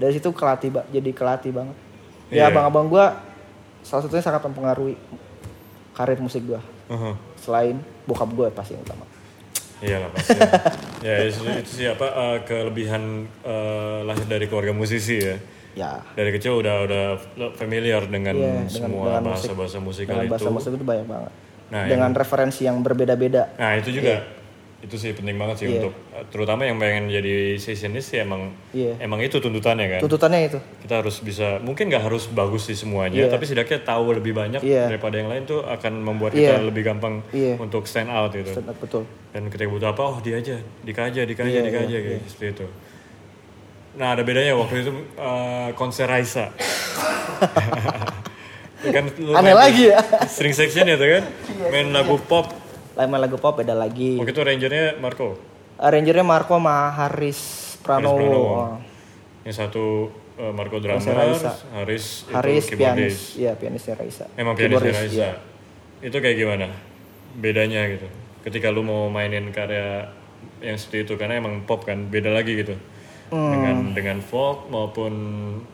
Speaker 2: dari situ kelatih ba- jadi kelatih banget
Speaker 1: Eh. Iya.
Speaker 2: ya abang-abang gua salah satunya sangat mempengaruhi karir musik gua
Speaker 1: Uhum.
Speaker 2: selain bokap gua pasti yang utama
Speaker 1: Uh-huh. Iya lah
Speaker 2: [laughs]
Speaker 1: pasti. ya itu, itu sih apa eh, kelebihan eh, lahir dari keluarga musisi ya.
Speaker 2: ya
Speaker 1: dari kecil udah udah familiar dengan
Speaker 2: Iya, dengan-
Speaker 1: semua
Speaker 2: dengan musik.
Speaker 1: bahasa-bahasa musikal
Speaker 2: dengan
Speaker 1: itu.
Speaker 2: bahasa musik itu banyak banget
Speaker 1: Nah,
Speaker 2: dengan referensi yang berbeda-beda
Speaker 1: Nah itu juga
Speaker 2: Iya.
Speaker 1: itu sih penting banget sih untuk eh, terutama yang pengen jadi seasonist sih emang
Speaker 2: Iya.
Speaker 1: emang itu tuntutannya kan.
Speaker 2: tuntutannya itu
Speaker 1: Kita harus bisa mungkin nggak harus bagus di semuanya
Speaker 2: Iya.
Speaker 1: tapi setidaknya tahu lebih banyak
Speaker 2: Iya.
Speaker 1: daripada yang lain tuh akan membuat
Speaker 2: Iya.
Speaker 1: kita lebih gampang
Speaker 2: Iya.
Speaker 1: untuk stand out gitu.
Speaker 2: betul
Speaker 1: Dan ketika butuh apa, oh dia aja, dika aja, dika aja,
Speaker 2: Iya,
Speaker 1: dika aja, kayak seperti itu. Nah ada bedanya waktu itu eh, konser
Speaker 2: [laughs]
Speaker 1: Raisa. Ya kan, lu
Speaker 2: aneh
Speaker 1: main
Speaker 2: lagi Iya, ya
Speaker 1: String section ya tuh kan, main lagu pop.
Speaker 2: lama lagu pop beda lagi
Speaker 1: Waktu itu rangernya Marco,
Speaker 2: arrangernya Marco sama Haris Pranowo,
Speaker 1: Pranowo.
Speaker 2: Oh,
Speaker 1: yang satu eh, Marco drummer,
Speaker 2: Raisa.
Speaker 1: Haris,
Speaker 2: Haris
Speaker 1: itu keyboardis.
Speaker 2: pianis ya pianisnya Raisa
Speaker 1: Emang pianis ya,
Speaker 2: Keyboardis, iya.
Speaker 1: Raisa. Itu kayak gimana? Bedanya gitu. Ketika lu mau mainin karya yang seperti itu karena emang pop kan beda lagi gitu.
Speaker 2: Hmm.
Speaker 1: Dengan dengan folk maupun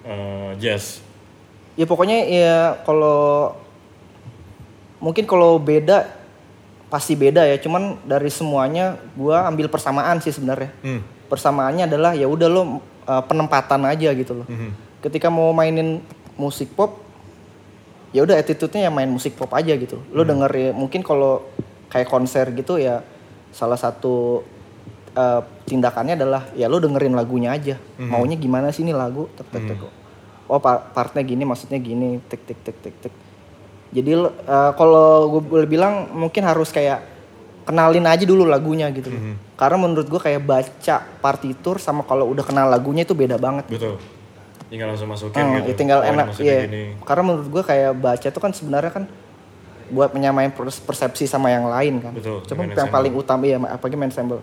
Speaker 1: eh, jazz.
Speaker 2: ya pokoknya ya kalau mungkin kalau beda pasti beda ya cuman dari semuanya gua ambil persamaan sih sebenarnya persamaannya adalah ya udah lo uh, penempatan aja gitu loh ketika mau mainin musik pop ya udah attitude-nya ya main musik pop aja gitu lo denger ya, mungkin kalau kayak konser gitu ya salah satu uh, tindakannya adalah ya lo dengerin lagunya aja maunya gimana sih ini lagu tek tek tek oh pa- partnya gini maksudnya gini tek tek tek tek tek jadi lo- uh, kalau gue boleh bilang mungkin harus kayak kenalin aja dulu lagunya gitu loh. karena menurut gue kayak baca partitur sama kalau udah kenal lagunya itu beda banget
Speaker 1: Betul. Tinggal langsung masukin
Speaker 2: Hmm,
Speaker 1: gitu.
Speaker 2: ya tinggal
Speaker 1: Oh, ini
Speaker 2: enak
Speaker 1: maksudnya
Speaker 2: iya.
Speaker 1: gini.
Speaker 2: Karena menurut gua kayak baca tuh kan sebenarnya kan buat menyamain pers- persepsi sama yang lain kan.
Speaker 1: Betul,
Speaker 2: Cuma
Speaker 1: dengan
Speaker 2: yang paling utama iya apalagi main sampel.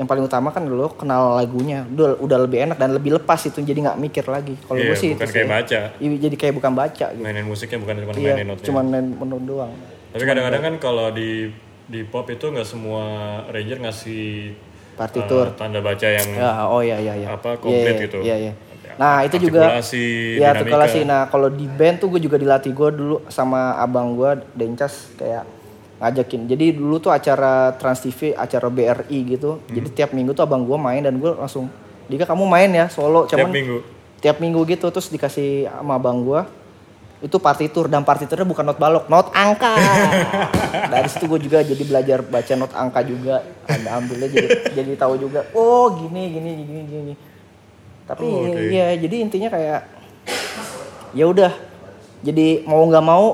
Speaker 2: Yang paling utama kan lo kenal lagunya, udah udah lebih enak dan lebih lepas itu jadi nggak mikir lagi. Kalau
Speaker 1: Iya,
Speaker 2: gua sih itu
Speaker 1: bukan
Speaker 2: sih.
Speaker 1: kayak baca.
Speaker 2: Iya, jadi kayak bukan baca gitu.
Speaker 1: Mainin musiknya bukan cuma
Speaker 2: Iya,
Speaker 1: mainin notnya.
Speaker 2: cuman main menurut doang.
Speaker 1: Tapi kadang-kadang kan kalau di di pop itu nggak semua ranger ngasih
Speaker 2: Partitur.
Speaker 1: eh, tanda baca yang
Speaker 2: Ya, oh iya iya iya.
Speaker 1: Apa,
Speaker 2: Iya,
Speaker 1: komplit
Speaker 2: iya,
Speaker 1: gitu.
Speaker 2: Iya iya. Nah, itu juga
Speaker 1: artikulasi, dinamika.
Speaker 2: Iya artikulasi. Nah kalau di band tuh gue juga dilatih gue dulu sama abang gue Dencas kayak ngajakin. Jadi dulu tuh acara Trans TV, acara BRI gitu. Jadi
Speaker 1: Hmm.
Speaker 2: tiap minggu tuh abang gue main dan gue langsung, Dika kamu main ya solo.
Speaker 1: tiap
Speaker 2: Cuman
Speaker 1: minggu.
Speaker 2: tiap minggu gitu terus dikasih sama abang gue itu partitur dan partiturnya bukan not balok, not
Speaker 1: [laughs]
Speaker 2: angka. Dari situ gue juga jadi belajar baca not angka juga, ada ambilnya jadi jadi tahu juga. Oh gini gini gini gini. Tapi
Speaker 1: Oh, oke.
Speaker 2: ya jadi intinya kayak ya udah. Jadi mau nggak mau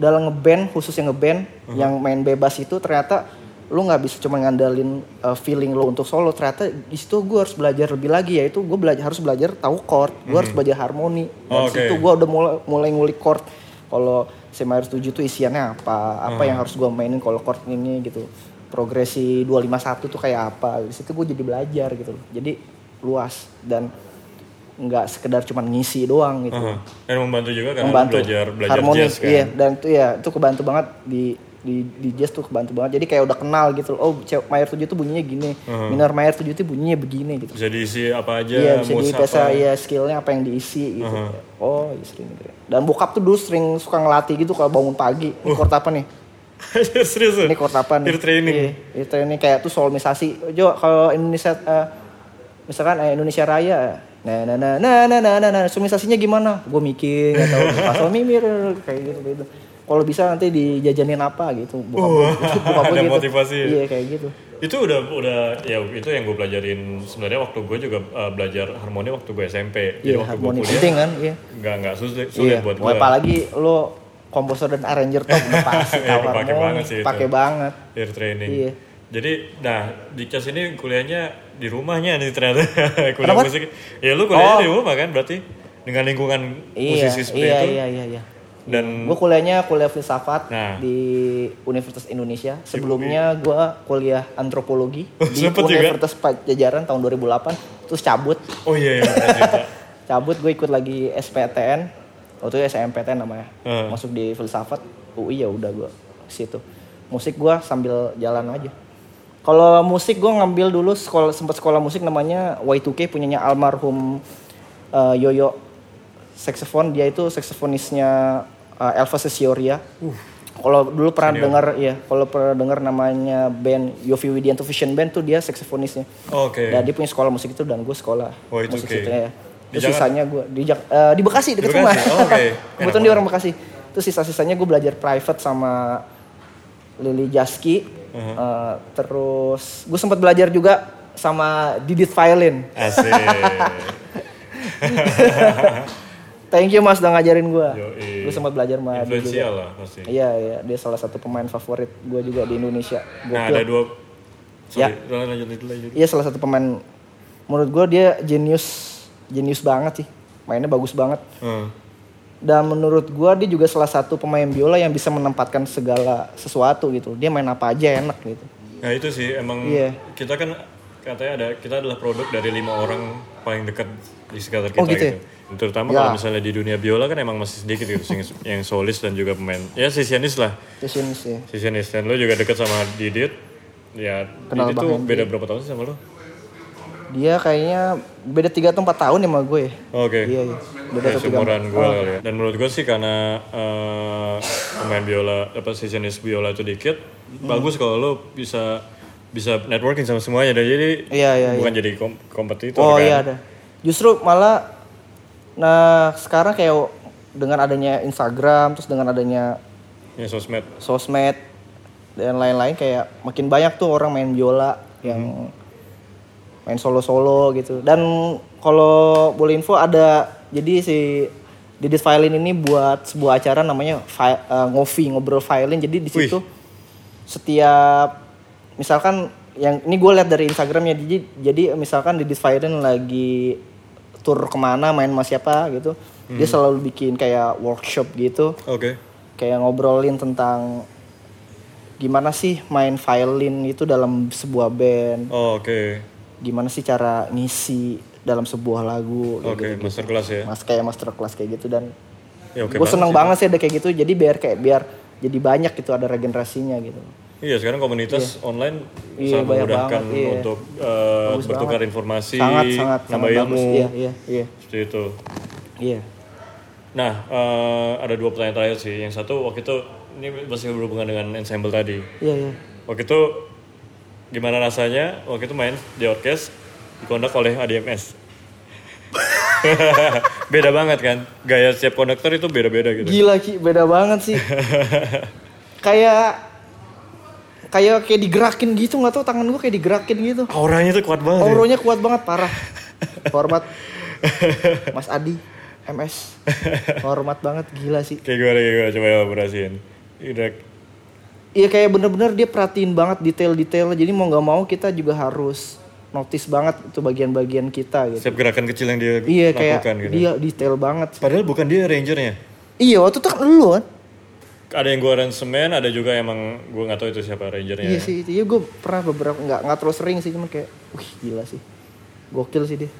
Speaker 2: dalam ngeband khususnya ngeband
Speaker 1: Uh-huh.
Speaker 2: yang main bebas itu ternyata lu nggak bisa cuma ngandalin uh, feeling lu untuk solo ternyata di situ gue harus belajar lebih lagi yaitu gue belajar harus belajar tahu chord gue harus belajar harmoni dari
Speaker 1: Uh-huh. Oh, Oke.
Speaker 2: situ gue udah mulai mulai ngulik chord kalau C minor 7 itu isiannya apa
Speaker 1: Hmm.
Speaker 2: apa yang harus gue mainin kalau chord ini gitu progresi 251 tuh kayak apa di situ gue jadi belajar gitu loh jadi luas dan nggak sekedar cuman ngisi doang gitu
Speaker 1: Aha. Dan membantu juga karena
Speaker 2: membantu
Speaker 1: Hmm. belajar belajar
Speaker 2: harmoni
Speaker 1: jazz kan.
Speaker 2: iya dan itu ya itu kebantu banget di di di jazz tuh kebantu banget jadi kayak udah kenal gitu loh, oh ce- mayor 7 tuh bunyinya gini
Speaker 1: Hmm.
Speaker 2: minor mayor 7 tuh bunyinya begini gitu
Speaker 1: Bisa diisi apa aja,
Speaker 2: iya bisa
Speaker 1: mood
Speaker 2: di biasa
Speaker 1: [laughs]
Speaker 2: ya skillnya apa yang diisi gitu oh iya sering gitu ya. dan bokap tuh dulu sering suka ngelatih gitu kalau bangun pagi ini chord apa nih
Speaker 1: Iya, Serius. ya?
Speaker 2: ini chord apa nih
Speaker 1: Ear Oh. training.
Speaker 2: Iya, ear training kayak tuh solmisasi jo kalau Indonesia eh, misalkan eh, Indonesia Raya nah nah nah nah nah nah nah, nah. solmisasinya gimana gue mikir nggak tahu pas solmi mir kayak gitu gitu kalau bisa nanti dijajanin apa gitu buka gitu, bokap gua
Speaker 1: Oh. [laughs] ada motivasi.
Speaker 2: iya kayak gitu
Speaker 1: Itu udah udah ya itu yang gue pelajarin sebenarnya waktu gue juga eh, belajar harmoni waktu gue SMP. Jadi
Speaker 2: iya
Speaker 1: waktu gue
Speaker 2: harmoni
Speaker 1: kuliah
Speaker 2: penting kan iya
Speaker 1: nggak nggak sulit,
Speaker 2: iya
Speaker 1: sulit buat
Speaker 2: Mau
Speaker 1: gue.
Speaker 2: apalagi lo komposer dan arranger
Speaker 1: [laughs]
Speaker 2: top udah pasti
Speaker 1: Iya,
Speaker 2: tahu
Speaker 1: kepake
Speaker 2: harmoni
Speaker 1: banget sih itu.
Speaker 2: pakai banget
Speaker 1: Ear training.
Speaker 2: Iya.
Speaker 1: Jadi, nah, di cas ini kuliahnya di rumahnya nih ternyata [laughs] kuliah
Speaker 2: Kenapa?
Speaker 1: musik. Ya lu kuliahnya
Speaker 2: Oh.
Speaker 1: di rumah kan berarti dengan lingkungan
Speaker 2: iya
Speaker 1: musisi seperti
Speaker 2: iya
Speaker 1: itu
Speaker 2: iya iya iya
Speaker 1: dan
Speaker 2: Gue kuliahnya kuliah filsafat
Speaker 1: Nah.
Speaker 2: di Universitas Indonesia. Sebelumnya gue kuliah
Speaker 1: [laughs]
Speaker 2: antropologi
Speaker 1: Oh,
Speaker 2: di
Speaker 1: sempet juga?
Speaker 2: Universitas Pajajaran tahun 2008. Terus cabut,
Speaker 1: oh iya iya. bener
Speaker 2: [laughs]
Speaker 1: juga.
Speaker 2: cabut gue ikut lagi SPTN. Waktu itu SMPTN namanya.
Speaker 1: Hmm.
Speaker 2: Masuk di filsafat UI ya udah gue situ. Musik gue sambil jalan aja. Kalau musik gue ngambil dulu sekolah sempat sekolah musik namanya Y2K punyanya almarhum eh, Yoyo saxophone dia itu saksofonisnya eh, Elvis Esioria. Kalau dulu pernah dengar ya, kalau pernah dengar namanya band Yofi Widianto Vision Band tuh dia saksofonisnya.
Speaker 1: Oke.
Speaker 2: Dan dia punya sekolah musik itu dan gue sekolah
Speaker 1: Iya. Oh, itu
Speaker 2: musik
Speaker 1: oke.
Speaker 2: itu ya. Terus
Speaker 1: Jakarta?
Speaker 2: sisanya gue di Jak- eh, di Bekasi deket
Speaker 1: Bekasi?
Speaker 2: rumah.
Speaker 1: Oh,
Speaker 2: [laughs]
Speaker 1: oke.
Speaker 2: Kebetulan
Speaker 1: Enak
Speaker 2: dia orang Bekasi. Terus sisa-sisanya gue belajar private sama Lili Jaski.
Speaker 1: Uh-huh.
Speaker 2: Eh, terus gue sempat belajar juga sama Didit Violin.
Speaker 1: Asik.
Speaker 2: Thank you Mas udah ngajarin gue.
Speaker 1: Yoi.
Speaker 2: Gue sempat belajar sama dia Nah, juga.
Speaker 1: eh. Influensial lah pasti.
Speaker 2: Iya iya dia salah satu pemain favorit gue juga di Indonesia.
Speaker 1: Nah
Speaker 2: Gokil.
Speaker 1: ada dua. Sorry,
Speaker 2: Ya.
Speaker 1: lanjut lanjut lanjut.
Speaker 2: Iya salah satu pemain menurut gue dia jenius jenius banget sih mainnya bagus banget
Speaker 1: Hmm.
Speaker 2: dan menurut gue dia juga salah satu pemain biola yang bisa menempatkan segala sesuatu gitu dia main apa aja enak gitu
Speaker 1: Nah itu sih emang
Speaker 2: Iya.
Speaker 1: kita kan katanya ada kita adalah produk dari lima orang paling dekat di sekitar kita
Speaker 2: Oh, gitu ya?
Speaker 1: gitu. Terutama kalau misalnya di dunia biola kan emang masih sedikit gitu sing- yang solis dan juga pemain ya sesionis lah.
Speaker 2: terus ini sih ya.
Speaker 1: Sesionis dan lo juga dekat sama Didit. Ya
Speaker 2: Kenal
Speaker 1: Didit
Speaker 2: Bang
Speaker 1: tuh
Speaker 2: Hendy.
Speaker 1: beda berapa tahun sih sama lo?
Speaker 2: dia kayaknya beda tiga atau empat tahun ya sama gue ya
Speaker 1: Oke.
Speaker 2: iya iya beda Ah.
Speaker 1: Ya,
Speaker 2: atau tiga
Speaker 1: seumuran gue kali ya. Dan menurut gue sih karena eh, pemain biola, apa sesionis biola itu dikit,
Speaker 2: Hmm.
Speaker 1: bagus kalau lo bisa bisa networking sama semuanya dan jadi
Speaker 2: Iya, iya,
Speaker 1: bukan jadi kom- kompetitor kan.
Speaker 2: oh iya ada justru malah nah sekarang kayak dengan adanya Instagram terus dengan adanya
Speaker 1: Ya sosmed.
Speaker 2: sosmed dan lain-lain kayak makin banyak tuh orang main biola yang main solo-solo gitu dan kalau boleh info ada jadi si Didis Violin ini buat sebuah acara namanya fi- eh, ngopi ngobrol violin jadi di situ setiap misalkan yang ini gue lihat dari Instagramnya jadi jadi misalkan Didis Violin lagi tur kemana main sama siapa gitu dia selalu bikin kayak workshop gitu
Speaker 1: Oke.
Speaker 2: kayak ngobrolin tentang gimana sih main violin itu dalam sebuah band,
Speaker 1: Oh, Oke.
Speaker 2: gimana sih cara ngisi dalam sebuah lagu, kayak
Speaker 1: Oke, masterclass ya.
Speaker 2: gitu. mas kayak masterclass kayak gitu dan
Speaker 1: Ya oke.
Speaker 2: gue
Speaker 1: Bang.
Speaker 2: seneng banget sih ada kayak gitu, jadi biar kayak biar jadi banyak gitu ada regenerasinya gitu.
Speaker 1: Iya, sekarang komunitas online
Speaker 2: Iya,
Speaker 1: sangat
Speaker 2: banyak
Speaker 1: memudahkan
Speaker 2: banget, iya.
Speaker 1: untuk eh,
Speaker 2: Bagus
Speaker 1: bertukar informasi,
Speaker 2: sangat sangat
Speaker 1: nambah
Speaker 2: sangat bagus,
Speaker 1: ilmu.
Speaker 2: iya iya iya
Speaker 1: Seperti itu.
Speaker 2: iya.
Speaker 1: Nah, eh, ada dua pertanyaan terakhir sih. Yang satu waktu itu ini masih berhubungan dengan ensemble tadi.
Speaker 2: Iya, iya.
Speaker 1: Waktu itu gimana rasanya waktu itu main di orkes dikondak oleh ADMS? [laughs] beda banget kan? Gaya setiap konduktor itu beda-beda gitu.
Speaker 2: Gila Ki, beda banget
Speaker 1: [laughs]
Speaker 2: sih. kayak kayak kayak digerakin gitu nggak tau tangan gue kayak digerakin gitu.
Speaker 1: Auranya tuh kuat banget. ya.
Speaker 2: Auronya kuat banget parah. Hormat Mas Adi, MS. Hormat banget gila sih.
Speaker 1: Kayak gimana, kayak gimana, coba ya, elaborasiin. Udah,
Speaker 2: Iya kayak bener-bener dia perhatiin banget detail-detailnya. Jadi mau nggak mau kita juga harus notice banget itu bagian-bagian kita gitu.
Speaker 1: setiap gerakan kecil yang dia
Speaker 2: Iya kayak
Speaker 1: lakukan gitu.
Speaker 2: dia detail banget. sih.
Speaker 1: Padahal bukan dia rangernya.
Speaker 2: Iya waktu itu kan lu kan.
Speaker 1: Ada yang gua aransemen, ada juga emang gua nggak tahu itu siapa rangernya. ya.
Speaker 2: Iya sih itu. Iya gue pernah beberapa nggak nggak terlalu sering sih cuman kayak, wih gila sih. Gokil sih dia.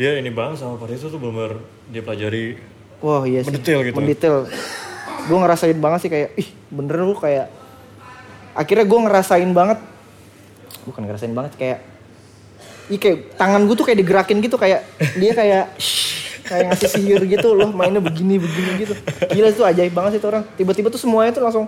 Speaker 1: Dia ini bang sama Paris itu tuh bener dia pelajari
Speaker 2: Wah iya sih.
Speaker 1: Mendetail gitu.
Speaker 2: Mendetail. gue ngerasain banget sih kayak, ih bener lu kayak. Akhirnya gue ngerasain banget. Bukan ngerasain banget kayak. Ih kayak tangan gue tuh kayak digerakin gitu kayak dia kayak [laughs] shh, kayak ngasih sihir gitu loh mainnya begini begini gitu. Gila itu ajaib banget sih itu orang. Tiba-tiba tuh semuanya tuh langsung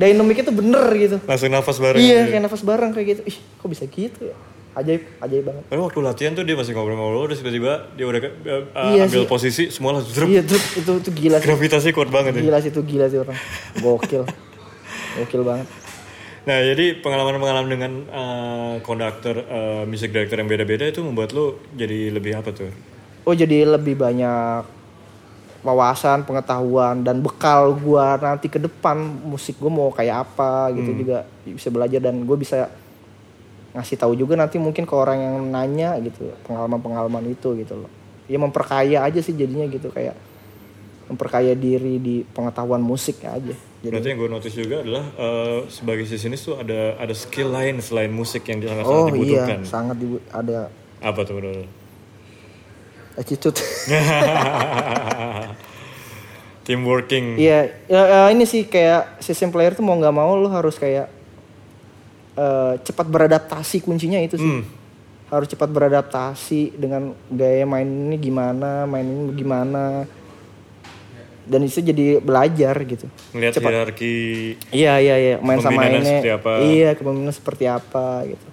Speaker 2: dinamiknya tuh bener gitu.
Speaker 1: langsung nafas bareng. ya?
Speaker 2: Iya kayak nafas bareng kayak gitu. Ih kok bisa gitu ya? Ajaib, ajaib banget.
Speaker 1: Padahal waktu latihan tuh dia masih ngobrol-ngobrol, terus tiba-tiba dia udah ke- eh,
Speaker 2: Iya
Speaker 1: ambil
Speaker 2: sih.
Speaker 1: posisi, semua langsung zrup.
Speaker 2: Iya tuh itu itu gila sih.
Speaker 1: Gravitasi kuat banget ya.
Speaker 2: Gila sih itu gila sih orang. Gokil. Gokil banget.
Speaker 1: Nah jadi pengalaman-pengalaman dengan eh, konduktor, eh, music director yang beda-beda itu membuat lo jadi lebih apa tuh?
Speaker 2: Oh jadi lebih banyak wawasan, pengetahuan dan bekal gua nanti ke depan musik gua mau kayak apa
Speaker 1: Hmm.
Speaker 2: gitu juga bisa belajar dan gue bisa ngasih tahu juga nanti mungkin ke orang yang nanya gitu pengalaman-pengalaman itu gitu loh. Ya memperkaya aja sih jadinya gitu kayak memperkaya diri di pengetahuan musik aja. Jadi
Speaker 1: Berarti yang gue notice juga adalah eh, sebagai sesionis tuh ada ada skill lain selain musik yang sangat sangat
Speaker 2: oh
Speaker 1: dibutuhkan.
Speaker 2: iya sangat dibu- ada
Speaker 1: Apa tuh menurut lo?
Speaker 2: attitude.
Speaker 1: Team working.
Speaker 2: Iya, ya, ya, ini sih kayak sistem player tuh mau nggak mau lu harus kayak eh, cepat beradaptasi kuncinya itu sih.
Speaker 1: Hmm.
Speaker 2: Harus cepat beradaptasi dengan gaya main ini gimana, main ini gimana. Dan itu jadi belajar gitu.
Speaker 1: Melihat hierarki
Speaker 2: Iya, iya, iya, main sama
Speaker 1: Kepemimpinannya
Speaker 2: ini.
Speaker 1: seperti apa?
Speaker 2: Iya, kepemimpinan seperti apa gitu.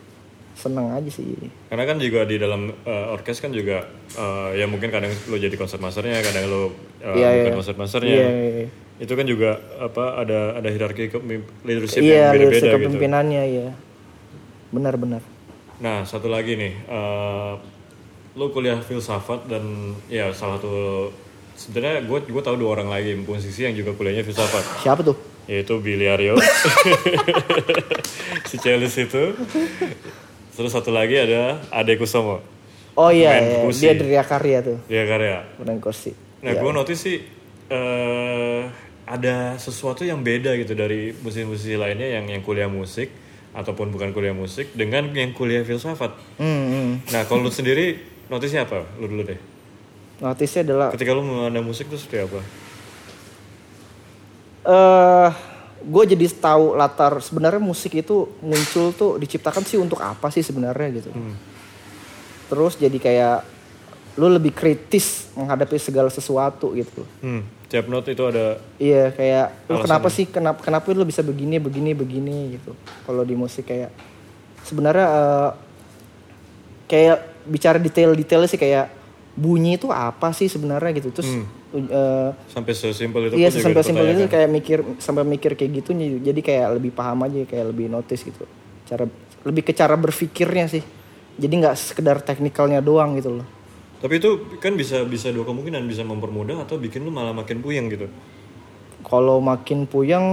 Speaker 2: seneng aja sih
Speaker 1: Karena kan juga di dalam eh, orkes kan juga eh, ya mungkin kadang lo jadi concert masternya, kadang lo eh,
Speaker 2: Iya,
Speaker 1: bukan
Speaker 2: iya.
Speaker 1: concert masternya.
Speaker 2: iya iya iya.
Speaker 1: Itu kan juga apa ada ada hierarki kepemim- leadership
Speaker 2: iya
Speaker 1: yang
Speaker 2: lihat
Speaker 1: beda-beda gitu.
Speaker 2: kepemimpinannya iya benar-benar
Speaker 1: Nah, satu lagi nih, eh, lo kuliah filsafat dan ya salah satu sebenarnya gue gue tahu dua orang lagi musisi yang juga kuliahnya filsafat.
Speaker 2: siapa tuh
Speaker 1: yaitu Billy Aryo [laughs] si Celis itu terus satu lagi ada Ade Kusomo
Speaker 2: oh iya,
Speaker 1: Main
Speaker 2: iya.
Speaker 1: perkusi.
Speaker 2: dia dari Karya tuh
Speaker 1: dia karya
Speaker 2: main kursi
Speaker 1: nah gue notice sih eh, ada sesuatu yang beda gitu dari musisi-musisi lainnya yang yang kuliah musik ataupun bukan kuliah musik dengan yang kuliah filsafat
Speaker 2: hmm, hmm.
Speaker 1: nah kalau lu sendiri notice apa lu dulu deh
Speaker 2: notisnya adalah
Speaker 1: ketika lu mengenai musik tuh seperti apa
Speaker 2: eh gue jadi tahu latar sebenarnya musik itu muncul tuh diciptakan sih untuk apa sih sebenarnya gitu. Terus jadi kayak lu lebih kritis menghadapi segala sesuatu gitu.
Speaker 1: hmm, tiap note itu ada
Speaker 2: Iya kayak lu kenapa sih kenapa kenapa lu bisa begini begini begini gitu. Kalau di musik kayak sebenarnya eh, kayak bicara detail-detailnya sih kayak bunyi itu apa sih sebenarnya gitu. Terus eh,
Speaker 1: sampai sesimpel itu pun
Speaker 2: Iya sih
Speaker 1: juga kan.
Speaker 2: sampai simpel itu
Speaker 1: dipertanyakan.
Speaker 2: kayak mikir sampai mikir kayak gitu ny- jadi kayak lebih paham aja kayak lebih notice gitu cara lebih ke cara berpikirnya sih jadi nggak sekedar teknikalnya doang gitu loh
Speaker 1: Tapi itu kan bisa bisa dua kemungkinan bisa mempermudah atau bikin lu malah makin puyeng gitu.
Speaker 2: kalau makin puyeng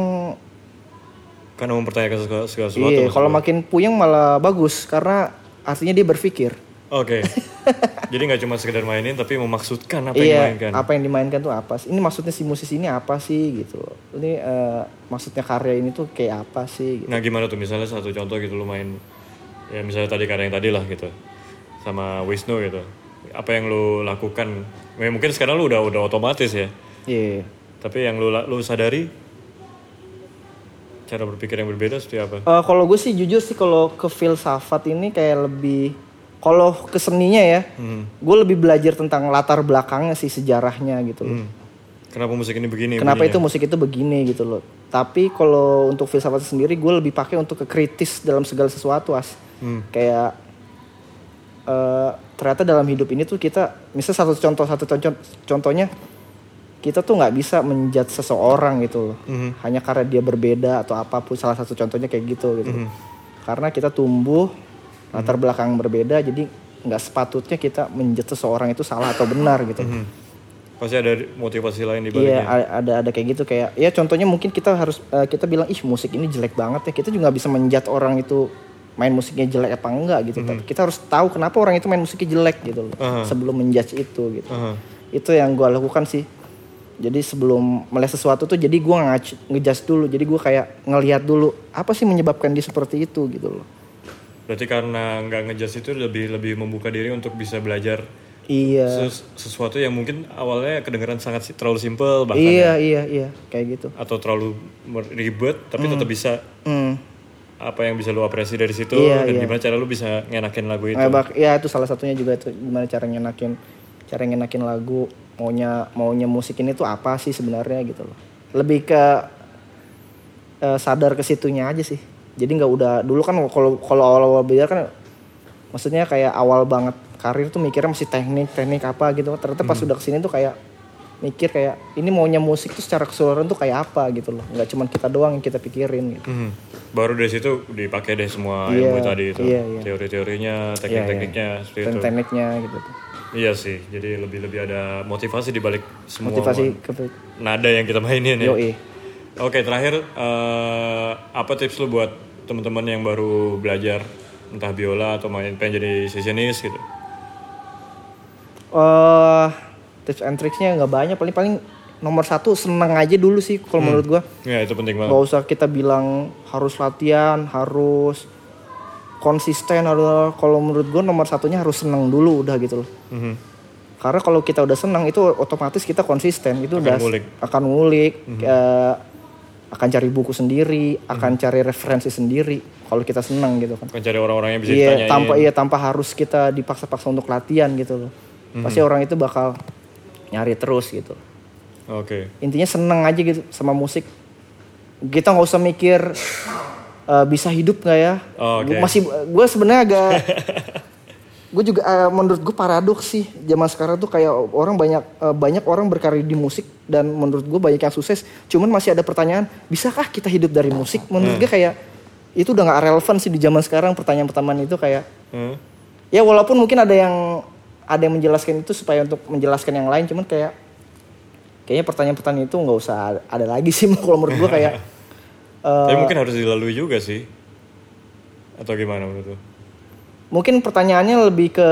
Speaker 1: Karena mempertanyakan segala, segala sesuatu.
Speaker 2: iya
Speaker 1: maksud
Speaker 2: kalau
Speaker 1: gua.
Speaker 2: makin puyeng malah bagus karena artinya dia berpikir
Speaker 1: Oke.
Speaker 2: [laughs]
Speaker 1: Jadi nggak cuma sekedar mainin tapi memaksudkan apa yang
Speaker 2: iya
Speaker 1: dimainkan.
Speaker 2: apa yang dimainkan tuh apa sih ini maksudnya si musisi ini apa sih gitu loh. ini eh, maksudnya karya ini tuh kayak apa sih gitu.
Speaker 1: Nah, gimana tuh misalnya satu contoh gitu lu main ya misalnya tadi karya yang tadi lah gitu. Sama Wisnu gitu. Apa yang lu lakukan? Ya, mungkin sekarang lu udah udah otomatis ya.
Speaker 2: iya
Speaker 1: Tapi yang lu la- lu sadari cara berpikir yang berbeda seperti apa?
Speaker 2: Eh, kalau gue sih jujur sih kalau ke filsafat ini kayak lebih kalau ke seninya ya,
Speaker 1: Hmm.
Speaker 2: gue lebih belajar tentang latar belakangnya sih sejarahnya gitu loh.
Speaker 1: Hmm. Kenapa musik ini begini?
Speaker 2: Kenapa
Speaker 1: begini?
Speaker 2: itu musik itu begini gitu loh. Tapi kalau untuk filsafat sendiri gue lebih pakai untuk ke kritis dalam segala sesuatu as.
Speaker 1: Hmm.
Speaker 2: Kayak eh, ternyata dalam hidup ini tuh kita, misal satu contoh satu contoh contohnya kita tuh nggak bisa menjat seseorang gitu loh.
Speaker 1: Hmm.
Speaker 2: Hanya karena dia berbeda atau apapun salah satu contohnya kayak gitu gitu.
Speaker 1: Hmm.
Speaker 2: Karena kita tumbuh latar belakang berbeda jadi nggak sepatutnya kita menjat seseorang itu salah atau benar gitu.
Speaker 1: Hmm. ya? Pasti ada motivasi lain di baliknya.
Speaker 2: Iya a- ada ada kayak gitu kayak ya contohnya mungkin kita harus eh, kita bilang ih musik ini jelek banget ya kita juga nggak bisa menjat orang itu main musiknya jelek apa enggak gitu tapi kita harus tahu kenapa orang itu main musiknya jelek gitu loh sebelum menjudge itu gitu
Speaker 1: Aha.
Speaker 2: itu yang gua lakukan sih jadi sebelum melihat sesuatu tuh jadi gua ngac- ngejudge dulu jadi gua kayak ngelihat dulu apa sih menyebabkan dia seperti itu gitu loh
Speaker 1: Berarti karena nggak ngejas itu lebih lebih membuka diri untuk bisa belajar
Speaker 2: iya
Speaker 1: ses- sesuatu yang mungkin awalnya kedengeran sangat si- terlalu simpel bahkan
Speaker 2: iya iya iya kayak gitu
Speaker 1: atau terlalu mer- ribet tapi tetap bisa
Speaker 2: hmm.
Speaker 1: apa yang bisa lu apresi dari situ
Speaker 2: Iya,
Speaker 1: dan
Speaker 2: iya.
Speaker 1: gimana cara lu bisa ngenakin lagu itu.
Speaker 2: Ngebak, ya itu salah satunya juga itu gimana cara ngenakin cara ngenakin lagu maunya maunya musik ini tuh apa sih sebenarnya gitu loh. Lebih ke eh, sadar ke situnya aja sih. Jadi nggak udah dulu kan kalau kalau awal-awal belajar kan maksudnya kayak awal banget karir tuh mikirnya masih teknik teknik apa gitu. Ternyata pas udah kesini tuh kayak mikir kayak ini maunya musik tuh secara keseluruhan tuh kayak apa gitu loh. Nggak cuman kita doang yang kita pikirin gitu.
Speaker 1: Mhm. Baru dari situ dipakai deh semua
Speaker 2: Iya,
Speaker 1: ilmu tadi itu.
Speaker 2: iya, iya.
Speaker 1: Teori-teorinya, teknik-tekniknya seperti itu.
Speaker 2: Teknik-tekniknya gitu. tuh.
Speaker 1: Iya sih, jadi lebih-lebih ada motivasi di balik semua
Speaker 2: Motivasi ke
Speaker 1: nada yang kita mainin ya.
Speaker 2: yoi.
Speaker 1: Oke, terakhir eh, apa tips lu buat teman-teman yang baru belajar entah biola atau main pengen jadi sessionist gitu?
Speaker 2: eh tips and tricksnya nggak banyak paling paling nomor satu seneng aja dulu sih kalau menurut gua
Speaker 1: Ya itu penting banget.
Speaker 2: nggak usah kita bilang harus latihan harus konsisten harus kalau menurut gua nomor satunya harus seneng dulu udah gitu loh
Speaker 1: Mhm.
Speaker 2: karena kalau kita udah senang itu otomatis kita konsisten itu udah
Speaker 1: ngulik.
Speaker 2: akan ngulik eh, akan cari buku sendiri akan cari referensi sendiri kalau kita senang gitu kan
Speaker 1: Bukan cari orang-orang yang bisa
Speaker 2: Iya,
Speaker 1: ditanyain.
Speaker 2: tanpa iya tanpa harus kita dipaksa-paksa untuk latihan gitu loh.
Speaker 1: Mhm.
Speaker 2: Pasti orang itu bakal nyari terus gitu.
Speaker 1: Oke.
Speaker 2: Intinya seneng aja gitu sama musik. Kita nggak usah mikir eh, bisa hidup nggak ya?
Speaker 1: Oh, oke.
Speaker 2: Gua masih gue sebenarnya agak [laughs] gue juga eh, menurut gue paradoks sih zaman sekarang tuh kayak orang banyak eh, banyak orang berkarir di musik dan menurut gue banyak yang sukses. Cuman masih ada pertanyaan, bisakah kita hidup dari musik?
Speaker 1: Hmm.
Speaker 2: Menurut gue kayak itu udah nggak relevan sih di zaman sekarang pertanyaan-pertanyaan itu kayak
Speaker 1: Hmm.
Speaker 2: ya walaupun mungkin ada yang ada yang menjelaskan itu supaya untuk menjelaskan yang lain cuman kayak kayaknya pertanyaan-pertanyaan itu nggak usah ada- ada lagi sih [laughs] kalau menurut gua
Speaker 1: [laughs]
Speaker 2: kayak eh,
Speaker 1: Tapi mungkin harus dilalui juga sih. Atau gimana menurut lu?
Speaker 2: mungkin pertanyaannya lebih ke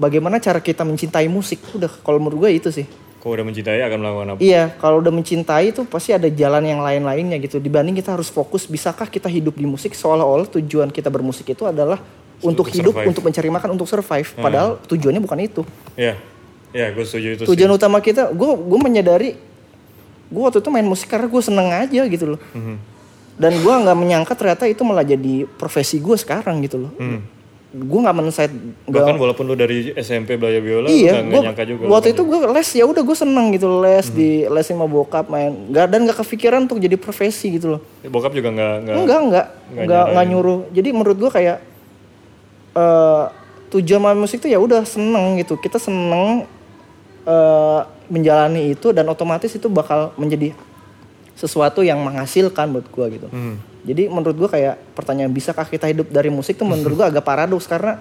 Speaker 2: bagaimana cara kita mencintai musik udah kalau menurut gua itu sih
Speaker 1: Kau udah mencintai akan melakukan apa?
Speaker 2: iya kalau udah mencintai itu pasti ada jalan yang lain-lainnya gitu dibanding kita harus fokus bisakah kita hidup di musik seolah-olah tujuan kita bermusik itu adalah untuk hidup
Speaker 1: survive. Hmm.
Speaker 2: untuk mencari makan untuk survive padahal tujuannya bukan itu
Speaker 1: Iya. Iya, gue setuju itu sih.
Speaker 2: tujuan utama kita gue gue menyadari gue waktu itu main musik karena gue seneng aja gitu loh
Speaker 1: Mhm.
Speaker 2: dan gue nggak menyangka ternyata itu malah jadi profesi gue sekarang gitu loh gue nggak mensight
Speaker 1: Mhm. Bahkan walaupun lu dari SMP belajar biola,
Speaker 2: iya
Speaker 1: lu kan Mhm. nggak-
Speaker 2: gua,
Speaker 1: nggak nyangka juga.
Speaker 2: waktu itu gue les ya udah gue seneng gitu les di lesin sama bokap main nggak dan nggak kepikiran untuk jadi profesi gitu loh
Speaker 1: Bokap juga nggak nggak.
Speaker 2: enggak enggak
Speaker 1: Nggak
Speaker 2: enggak
Speaker 1: nyaranin.
Speaker 2: enggak nyuruh jadi menurut gua kayak eh tujuan main musik tuh ya udah seneng gitu kita seneng eh menjalani itu dan otomatis itu bakal menjadi sesuatu yang menghasilkan buat gua gitu
Speaker 1: Hmm.
Speaker 2: jadi menurut gua kayak pertanyaan bisakah kita hidup dari musik tuh menurut gua agak paradoks karena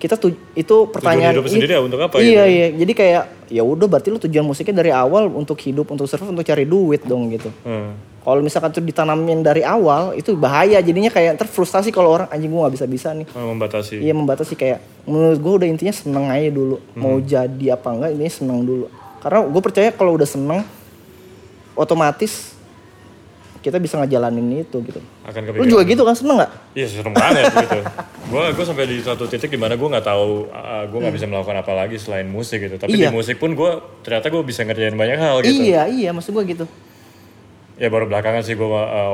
Speaker 2: kita tuh itu pertanyaan
Speaker 1: hidup sendiri ya, untuk apa
Speaker 2: iya iya jadi kayak ya udah berarti lu tujuan musiknya dari awal untuk hidup untuk survive untuk cari duit dong gitu
Speaker 1: Hmm.
Speaker 2: kalau misalkan tuh ditanamin dari awal itu bahaya jadinya kayak ntar frustasi kalau orang anjing gue nggak bisa bisa nih
Speaker 1: Oh, membatasi.
Speaker 2: iya membatasi kayak menurut gue udah intinya seneng aja dulu mau jadi apa enggak ini seneng dulu karena gue percaya kalau udah seneng otomatis kita bisa ngejalanin itu gitu
Speaker 1: Akan
Speaker 2: lu
Speaker 1: kepikiran.
Speaker 2: juga gitu kan seneng nggak
Speaker 1: Iya serem banget gitu. Gue gue sampai di satu titik di mana gue nggak tahu gue nggak bisa melakukan apa lagi selain musik gitu. Tapi
Speaker 2: Hmm. Iya.
Speaker 1: di musik pun gue ternyata gue bisa ngerjain banyak hal gitu.
Speaker 2: iya iya maksud gue gitu
Speaker 1: Ya baru belakangan sih gue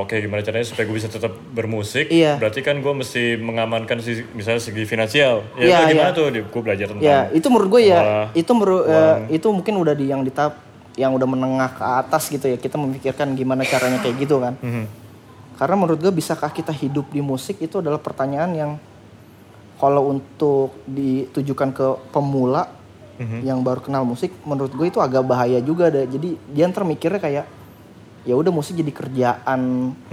Speaker 1: oke gimana caranya supaya gue bisa tetap bermusik.
Speaker 2: Iya.
Speaker 1: Berarti kan gue mesti mengamankan si misalnya segi finansial. Ya
Speaker 2: Iya,
Speaker 1: itu gimana
Speaker 2: iya.
Speaker 1: tuh? Gue belajar tentang.
Speaker 2: ya itu menurut gue ya
Speaker 1: Wah.
Speaker 2: itu menurut eh, itu mungkin udah di yang di tahap yang udah menengah ke atas gitu ya kita memikirkan gimana caranya kayak gitu kan karena menurut gue bisakah kita hidup di musik itu adalah pertanyaan yang kalau untuk ditujukan ke pemula yang baru kenal musik menurut gue itu agak bahaya juga deh jadi dia ntar mikirnya kayak ya udah musik jadi kerjaan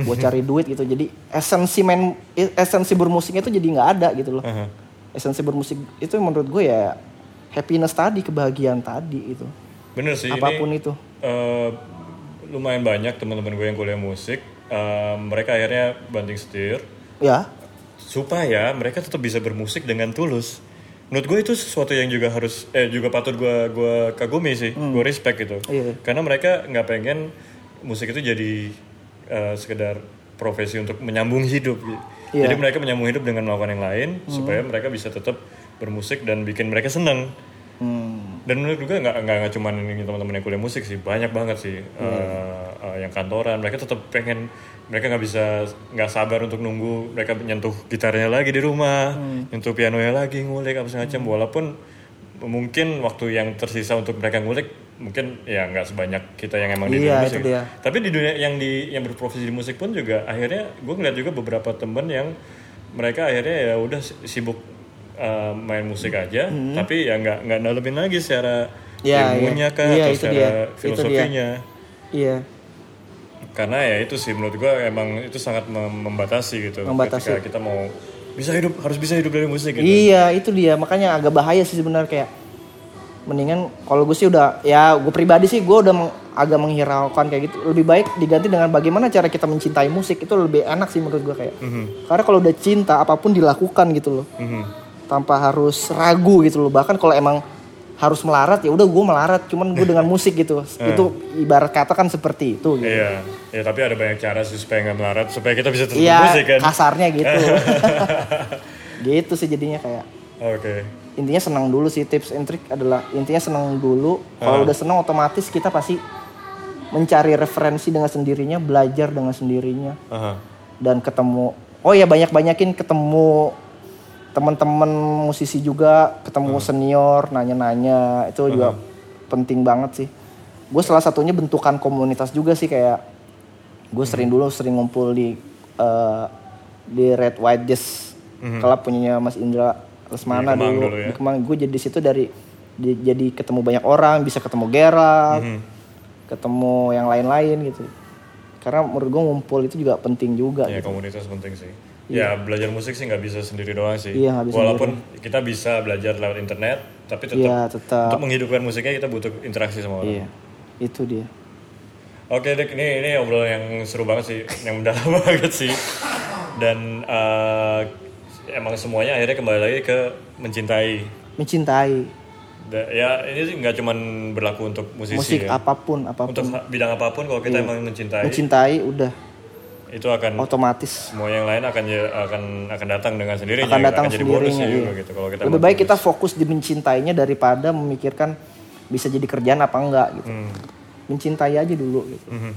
Speaker 2: buat cari duit gitu jadi esensi main esensi bermusiknya itu jadi nggak ada gitu loh
Speaker 1: Aha.
Speaker 2: esensi bermusik itu menurut gue ya happiness tadi kebahagiaan tadi itu
Speaker 1: Bener sih. ini-
Speaker 2: apapun itu
Speaker 1: eh lumayan banyak teman-teman gue yang kuliah musik eh, mereka akhirnya banting setir
Speaker 2: ya
Speaker 1: supaya mereka tetap bisa bermusik dengan tulus menurut gue itu sesuatu yang juga harus eh juga patut gue gue kagumi sih gue respect gitu
Speaker 2: Hmm. Iya.
Speaker 1: karena mereka nggak pengen musik itu jadi eh, sekedar profesi untuk menyambung hidup
Speaker 2: Iya. Hmm.
Speaker 1: jadi mereka menyambung hidup dengan melakukan yang lain supaya mereka bisa tetap bermusik dan bikin mereka senang dan menurut gue nggak nggak nggak cuman ini teman-teman yang kuliah musik sih banyak banget sih
Speaker 2: Hmm.
Speaker 1: Eh, eh, yang kantoran mereka tetap pengen mereka nggak bisa nggak sabar untuk nunggu mereka nyentuh gitarnya lagi di rumah
Speaker 2: Hmm.
Speaker 1: nyentuh pianonya lagi ngulik apa segala macam walaupun mungkin waktu yang tersisa untuk mereka ngulik mungkin ya nggak sebanyak kita yang emang di dunia
Speaker 2: Iya,
Speaker 1: musik
Speaker 2: itu dia.
Speaker 1: tapi di dunia yang di yang berprofesi di musik pun juga akhirnya gue ngeliat juga beberapa temen yang mereka akhirnya ya udah si- sibuk uh, main musik aja, tapi ya nggak nggak dalemin lagi secara
Speaker 2: Hmm. Ya,
Speaker 1: ilmunya
Speaker 2: iya.
Speaker 1: kah
Speaker 2: Iya,
Speaker 1: atau
Speaker 2: itu
Speaker 1: secara
Speaker 2: dia. Itu
Speaker 1: filosofinya.
Speaker 2: iya
Speaker 1: Karena ya itu sih menurut gue emang itu sangat mem- membatasi gitu.
Speaker 2: Membatasi.
Speaker 1: Ketika kita mau bisa hidup harus bisa hidup dari musik gitu.
Speaker 2: iya itu dia makanya agak bahaya sih sebenarnya kayak mendingan kalau gue sih udah ya gue pribadi sih gue udah meng- agak menghiraukan kayak gitu lebih baik diganti dengan bagaimana cara kita mencintai musik itu lebih enak sih menurut gue kayak karena kalau udah cinta apapun dilakukan gitu loh
Speaker 1: Mhm.
Speaker 2: tanpa harus ragu gitu loh bahkan kalau emang harus melarat ya udah gue melarat cuman gue dengan musik
Speaker 1: [laughs]
Speaker 2: gitu itu ibarat kata kan seperti itu gitu.
Speaker 1: Iya, ya tapi ada banyak cara sih supaya nggak melarat, supaya kita bisa tetap
Speaker 2: Iya
Speaker 1: musik kan.
Speaker 2: kasarnya gitu
Speaker 1: [laughs]
Speaker 2: gitu sih jadinya kayak
Speaker 1: Oke.
Speaker 2: intinya senang dulu sih tips and trick adalah intinya senang dulu
Speaker 1: Ah.
Speaker 2: kalau udah senang otomatis kita pasti mencari referensi dengan sendirinya belajar dengan sendirinya
Speaker 1: Aha.
Speaker 2: dan ketemu oh ya banyak banyakin ketemu teman-teman musisi juga ketemu
Speaker 1: Ah.
Speaker 2: senior nanya-nanya itu juga penting banget sih gue salah satunya
Speaker 1: Hmm.
Speaker 2: bentukan komunitas juga sih kayak gue sering dulu sering ngumpul di eh, di Red White Jazz klub punyanya Mas Indra Lesmana
Speaker 1: Hmm. Di Kemang
Speaker 2: dulu,
Speaker 1: dulu ya.
Speaker 2: di Kemang gue jadi di situ dari di- jadi ketemu banyak orang bisa ketemu Gerald
Speaker 1: Mhm.
Speaker 2: ketemu yang lain-lain gitu karena menurut gue ngumpul itu juga penting juga
Speaker 1: Ya
Speaker 2: gitu.
Speaker 1: komunitas penting sih. Ya belajar musik sih nggak bisa sendiri doang sih.
Speaker 2: Iya, nggak bisa
Speaker 1: Walaupun kita bisa belajar lewat internet, tapi tetap
Speaker 2: iya tetap
Speaker 1: untuk menghidupkan musiknya kita butuh interaksi sama orang.
Speaker 2: iya itu dia
Speaker 1: Oke Dek, ini ini obrolan yang seru banget sih, yang [laughs] mendalam banget sih. Dan eh, emang semuanya akhirnya kembali lagi ke mencintai.
Speaker 2: mencintai
Speaker 1: Da- ya ini sih nggak cuman berlaku untuk musisi
Speaker 2: musik
Speaker 1: ya.
Speaker 2: apapun Iya. apapun
Speaker 1: Untuk ha- bidang apapun kalau kita emang mencintai, Hmm.
Speaker 2: mencintai udah
Speaker 1: itu
Speaker 2: Oh,
Speaker 1: akan
Speaker 2: otomatis
Speaker 1: semua yang lain akan ya- akan Iya, akan datang dengan sendirinya, gitu,
Speaker 2: akan datang
Speaker 1: jadi bonusnya
Speaker 2: sendirinya
Speaker 1: juga
Speaker 2: iya.
Speaker 1: gitu kalau kita
Speaker 2: lebih
Speaker 1: emang
Speaker 2: baik kita fokus di mencintainya daripada memikirkan bisa jadi kerjaan apa enggak gitu
Speaker 1: Hmm.
Speaker 2: mencintai aja dulu gitu
Speaker 1: Mhm.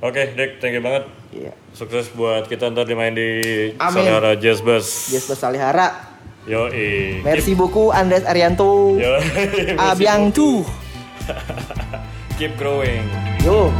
Speaker 1: Oke, Dek, thank you banget.
Speaker 2: iya
Speaker 1: Sukses buat kita ntar dimain di
Speaker 2: Amin.
Speaker 1: Saudara Jazz Bus.
Speaker 2: Jazz Salihara
Speaker 1: Yo,
Speaker 2: merci buku Andres Arianto
Speaker 1: Iya. [laughs] Yo,
Speaker 2: Abiang tuh
Speaker 1: keep growing.
Speaker 2: yo